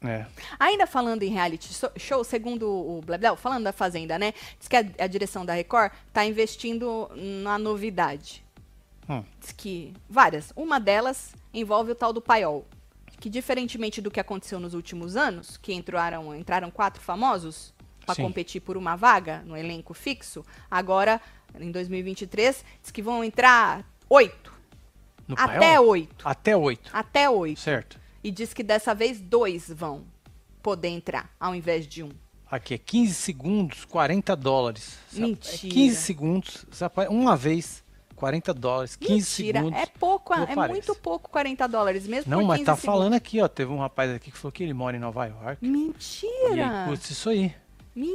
É. Ainda falando em reality so- show, segundo o Blabel, falando da Fazenda, né? Diz que a, a direção da Record tá investindo na novidade. Hum. Diz que várias. Uma delas envolve o tal do paiol. Que diferentemente do que aconteceu nos últimos anos, que entraram, entraram quatro famosos para Sim. competir por uma vaga no elenco fixo, agora, em 2023, diz que vão entrar oito. No Até paiol? oito. Até oito. Até oito. Certo. E diz que dessa vez dois vão poder entrar, ao invés de um. Aqui é 15 segundos, 40 dólares. Sa- É Mentira. 15 segundos, sapa- uma vez, 40 dólares. 15 Mentira, segundos. é pouco, não é aparece. muito pouco 40 dólares, mesmo Não, por mas 15 tá segundos. falando aqui, ó. Teve um rapaz aqui que falou que ele mora em Nova York. E ele Mentira! custa isso aí.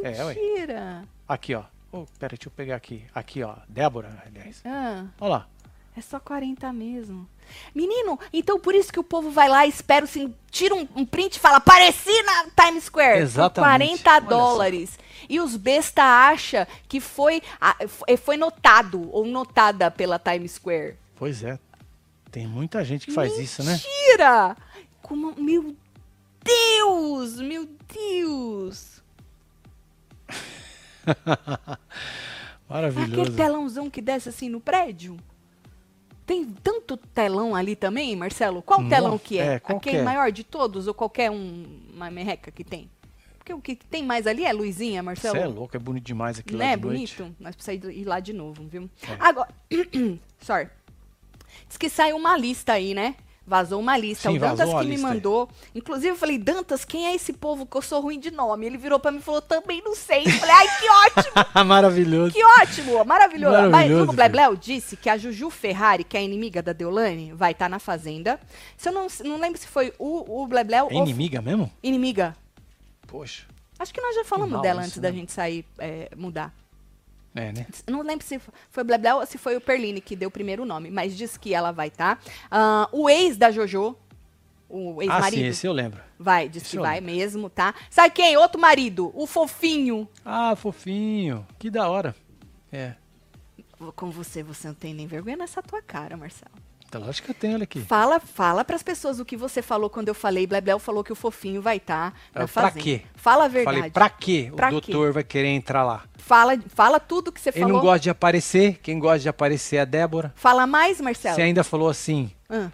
É, ué. Mentira! Aqui, ó. Oh, pera, deixa eu pegar aqui. Aqui, ó. Débora, aliás. Ah, Olha lá. é só 40 mesmo. Menino, então por isso que o povo vai lá, espera, assim, tira um, um print e fala, pareci na Times Square. Exatamente. Por 40 Olha só. dólares. E os besta acha que foi, a- f- eh, foi notado ou notada pela Times Square. Pois é. Tem muita gente que faz isso, né? Mentira! Como, meu Deus! Meu Deus! Aquele Maravilhoso. é telãozão que desce assim no prédio? Tem tanto telão ali também, Marcelo? Qual Nossa, telão que é? é, qual que Aquele é? maior de todos ou qualquer um, uma merreca que tem? Porque o que tem mais ali é luzinha, Você Marcelo. é louco, é bonito demais aquilo Né? lá de noite. Tá. Bonito? Nós precisamos ir lá de novo, viu? Agora. Sorry. Diz que saiu uma lista aí, né? Vazou uma lista. Sim, o Dantas vazou a que me lista aí. mandou. Inclusive, eu falei, Dantas, quem é esse povo que eu sou ruim de nome? Ele virou pra mim e falou, também não sei. Eu falei, ai, que ótimo! Maravilhoso. Que ótimo, maravilhoso. Maravilhoso, Mas o filho. Blebleu disse que a Juju Ferrari, que é inimiga da Deolane, vai estar na Fazenda. Se eu não, não lembro se foi o, o Blebleu É ou... inimiga mesmo? Inimiga. Poxa. Acho que nós já falamos mal dela isso, antes da né? gente sair, é, mudar. É, né? Não lembro se foi o Blebleu ou se foi o Perline que deu o primeiro nome, mas disse que ela vai estar. o ex da Jojo, o Ah, sim, ex-marido, esse é eu lembro. vai, disse que eu vai mesmo, tá? Sabe quem? Outro marido, o fofinho. Ah, fofinho. Que da hora. É. Com você, você não tem nem vergonha nessa tua cara, Marcelo. Tá lógico que eu tenho, olha aqui. Fala, fala pras pessoas o que você falou quando eu falei. Blebleu falou que o fofinho vai estar na Eu, Ah, pra fazenda. quê? Fala a verdade. Falei, pra que o Pra quê? doutor vai querer entrar lá? Fala, fala tudo que você Ele falou. não gosta de aparecer. Quem gosta de aparecer é a Débora. Fala mais, Marcelo. Você ainda falou assim. Ah,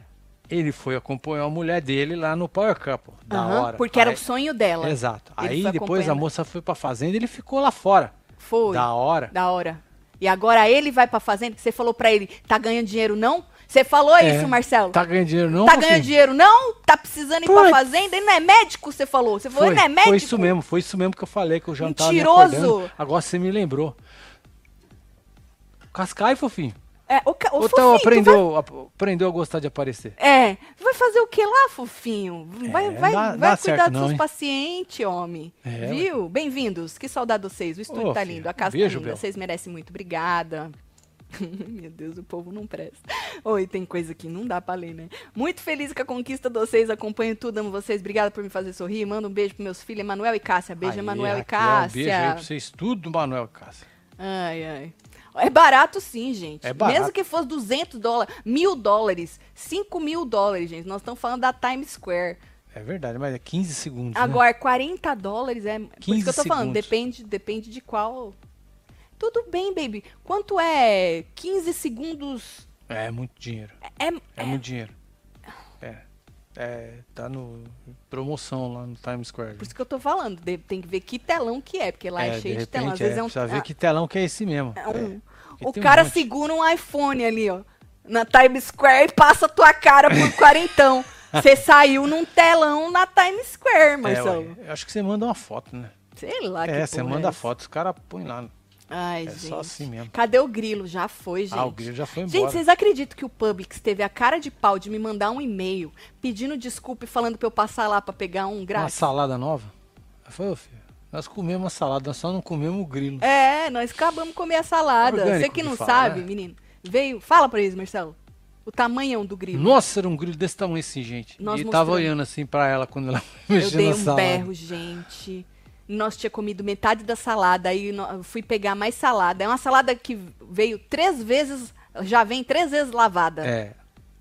Ele foi acompanhar a mulher dele lá no Power Couple. Da aham, hora. Porque era Aí- o sonho dela. Exato. Ele Aí foi depois a acompanhando. moça foi pra fazenda e ele ficou lá fora. Foi. Da hora. Da hora. E agora ele vai pra fazenda, que você falou pra ele, tá ganhando dinheiro não? Você falou É. isso, Marcelo? Tá ganhando dinheiro não, Tá fofinho? ganhando dinheiro não? Tá precisando ir pra Putz. fazenda? Ele não é médico, você falou. Você falou, Foi, ele não é foi médico? isso mesmo, foi isso mesmo que eu falei que o jantar Mentiroso. Agora você me lembrou. Cascai, fofinho. É, o, ca- o Ou fofinho, tal tu vai aprendeu, ap- aprendeu a gostar de aparecer. É, vai fazer o que lá, fofinho? Vai, É, vai, vai dá- dá cuidar certo dos não, seus hein? pacientes, homem. É, Viu? Bem-vindos. Que saudade de vocês. O estúdio Ô, tá filha, lindo, a casa beijo, tá linda. Bel. Vocês merecem muito. Obrigada. Meu Deus, o povo não presta. Oi, tem coisa que não dá pra ler, né? Muito feliz com a conquista de vocês. Acompanho tudo, amo vocês. Obrigada por me fazer sorrir. Manda um beijo pros meus filhos, Emanuel e Cássia. Beijo, Aê, Emanuel e Raquel, um Beijo aí Cássia. pra vocês, tudo, Manuel e Cássia. Ai, ai. É barato sim, gente. É barato. Mesmo que fosse 200 dólares, mil dólares, 5 mil dólares, gente. Nós estamos falando da Times Square. É verdade, mas é 15 segundos. né? Agora, 40 dólares é... Por 15 isso que eu tô falando, segundos. depende, depende de qual... Tudo bem, baby. Quanto é 15 segundos? É muito dinheiro. É, É, muito dinheiro. É. É, tá no promoção lá no Times Square. por isso que eu tô falando. de- tem que ver que telão que é, porque lá é, de cheio de, repente, telão. Às é, vezes é um... precisa ah, ver que telão que é esse mesmo. é um- Porque O tem um cara monte. segura um iPhone ali, ó. Na Times Square e passa a tua cara por quarentão. Você saiu num telão na Times Square, É, ué, Marcelo. eu acho que você manda uma foto, né? Sei lá que é, você porra manda é essa. foto, os caras põem lá. Ai, É gente. só assim mesmo. Cadê o grilo? Já foi, gente. Ah, o grilo já foi Gente, embora. vocês acreditam que o Publix teve a cara de pau de me mandar um e-mail pedindo desculpa e falando pra eu passar lá pra pegar um Uma grátis? salada nova? Ela falou, "Ô, filho, nós comemos a salada, nós só não comemos o grilo. É, nós acabamos de comer a salada. Orgânico Você que que não fala, sabe, né? menino, veio. Fala pra eles, Marcelo. O tamanhão do grilo. Nossa, era um grilo desse tamanho assim, gente. Nós e tava mostramos. olhando assim pra ela quando ela Eu mexeu dei na um sala. berro, gente. Nós tinha comido metade da salada, aí no- eu fui pegar mais salada. É uma salada que veio três vezes, já vem três vezes lavada. É.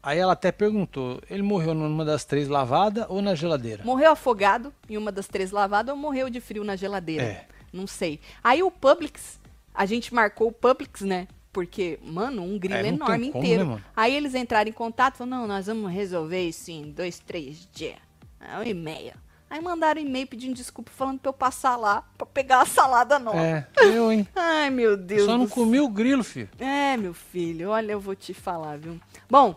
Aí ela até perguntou, ele morreu numa das três lavadas ou na geladeira? Morreu afogado em uma das três lavadas ou morreu de frio na geladeira? É. Não sei. Aí o Publix, a gente marcou o Publix, né? Porque, mano, um grilo É, não tem enorme como, inteiro. né, mano? Aí eles entraram em contato, falaram, não, nós vamos resolver isso em dois, três dias. É um e-mail. Aí mandaram um e-mail pedindo desculpa, falando pra eu passar lá pra pegar a salada nova. É, eu, hein? Ai, meu Deus. Só não do comi o grilo, filho. é, meu filho, olha, eu vou te falar, viu? Bom,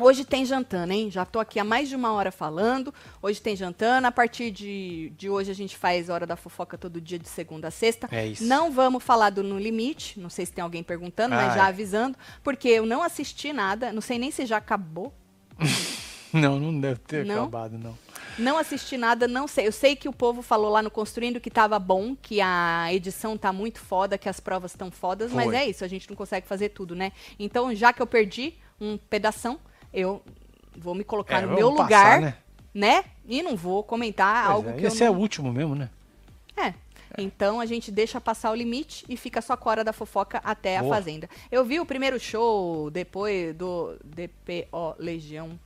hoje tem jantando, hein? Já tô aqui há mais de uma hora falando. Hoje tem jantando. A partir de, de hoje a gente faz Hora da Fofoca todo dia, de segunda a sexta. É isso. Não vamos falar do No Limite. Não sei se tem alguém perguntando, mas Ah, já é. avisando. Porque eu não assisti nada. Não sei nem se já acabou. Não, não deve ter Não? acabado, não. Não assisti nada, não sei. Eu sei que o povo falou lá no Construindo que tava bom, que a edição tá muito foda, que as provas estão fodas, mas Foi. é isso, a gente não consegue fazer tudo, né? Então, já que eu perdi um pedação, eu vou me colocar É, no vamos meu passar, lugar, né? né? E não vou comentar Pois algo é, que eu Esse não... é o último mesmo, né? É. Então a gente deixa passar o limite e fica só com a hora da fofoca até Boa. a fazenda. Eu vi o primeiro show depois do DPO Legião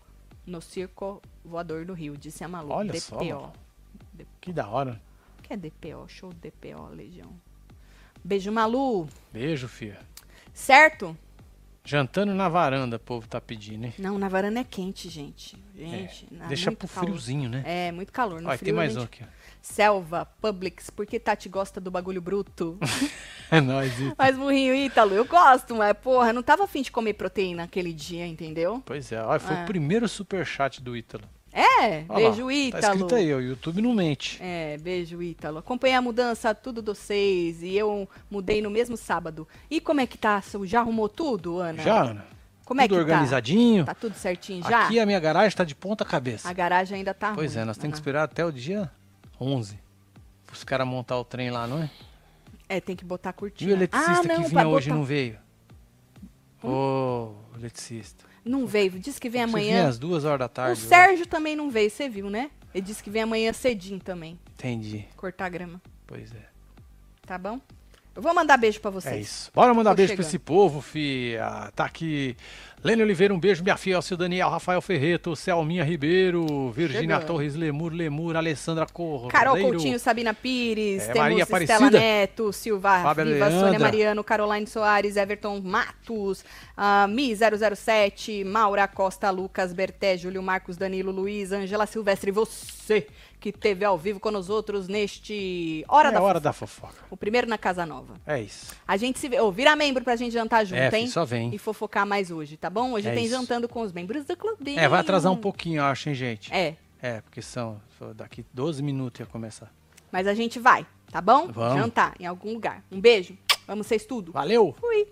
no Circo Voador do Rio, disse a Malu. Olha DPO. só, mano. Que da hora. O que é DPO? Show DPO Legião. Beijo, Malu. Beijo, filho. Certo? Jantando na varanda, o povo tá pedindo, hein? Não, na varanda é quente, gente. Gente, É, na- deixa Ah, muito pro calor. friozinho, né? É, muito calor. No Olha, frio tem a mais um gente- aqui. ó. Selva, Publix, porque Tati gosta do bagulho bruto. É nóis, Ita. Mas murrinho, Ítalo, eu gosto, mas porra, não tava afim de comer proteína aquele dia, entendeu? Pois é, olha, foi Ah. o primeiro superchat do Ítalo. É, Olha lá, beijo, Ítalo. Tá escrito aí, ó, o YouTube não mente. É, beijo, Ítalo. Acompanhei a mudança, tudo do seis, e eu mudei no mesmo sábado. E como é que tá? Já arrumou tudo, Ana? Já, Ana? É, Como é tudo que organizadinho. tá? Tá tudo certinho já? Aqui a minha garagem tá de ponta cabeça. A garagem ainda tá Pois ruim. é, nós temos que Ana. esperar até o dia 11. Os caras montar o trem lá, não é? É, tem que botar a E o cortina. eletricista ah, não, que pra vinha hoje botar- Hum? não veio? Ô, eletricista. Não veio, disse que vem Você amanhã. vinha às duas horas da tarde. O hoje. Sérgio também não veio, você viu, né? Ele disse que vem amanhã cedinho também, Entendi. cortar a grama, Pois é. tá bom? Eu vou mandar beijo pra vocês. É isso. Bora mandar Tô beijo chegando. pra esse povo, fia. Tá aqui. Lene Oliveira, um beijo, minha filha. Alcio Daniel, Rafael Ferreto, Selminha Ribeiro, Virginia Chegando. Torres Lemur, Lemur, Alessandra Corro. Carol Cordeiro. Coutinho, Sabina Pires, É, temos Maria Estela Aparecida. Neto, Silva Fábia Viva, Sônia Leandra. Mariano, Caroline Soares, Everton Matos, ah, Mi007, Maura Costa, Lucas Berté, Júlio Marcos, Danilo Luiz, Angela Silvestre, você que teve ao vivo com nós outros neste Hora é da Fofoca. hora da fofoca. O primeiro na Casa Nova. É isso. A gente se vê. Ô, vira membro pra gente jantar junto, É, fi, hein? só vem. E fofocar mais hoje, tá bom? Hoje É tem isso. jantando com os membros do clubinho. É, vai atrasar um pouquinho, eu acho, hein, gente? É, É, porque são só daqui 12 minutos ia começar. mas a gente vai, tá bom? Vamos. Jantar em algum lugar. Um beijo. Vamos vocês tudo. Valeu! Fui.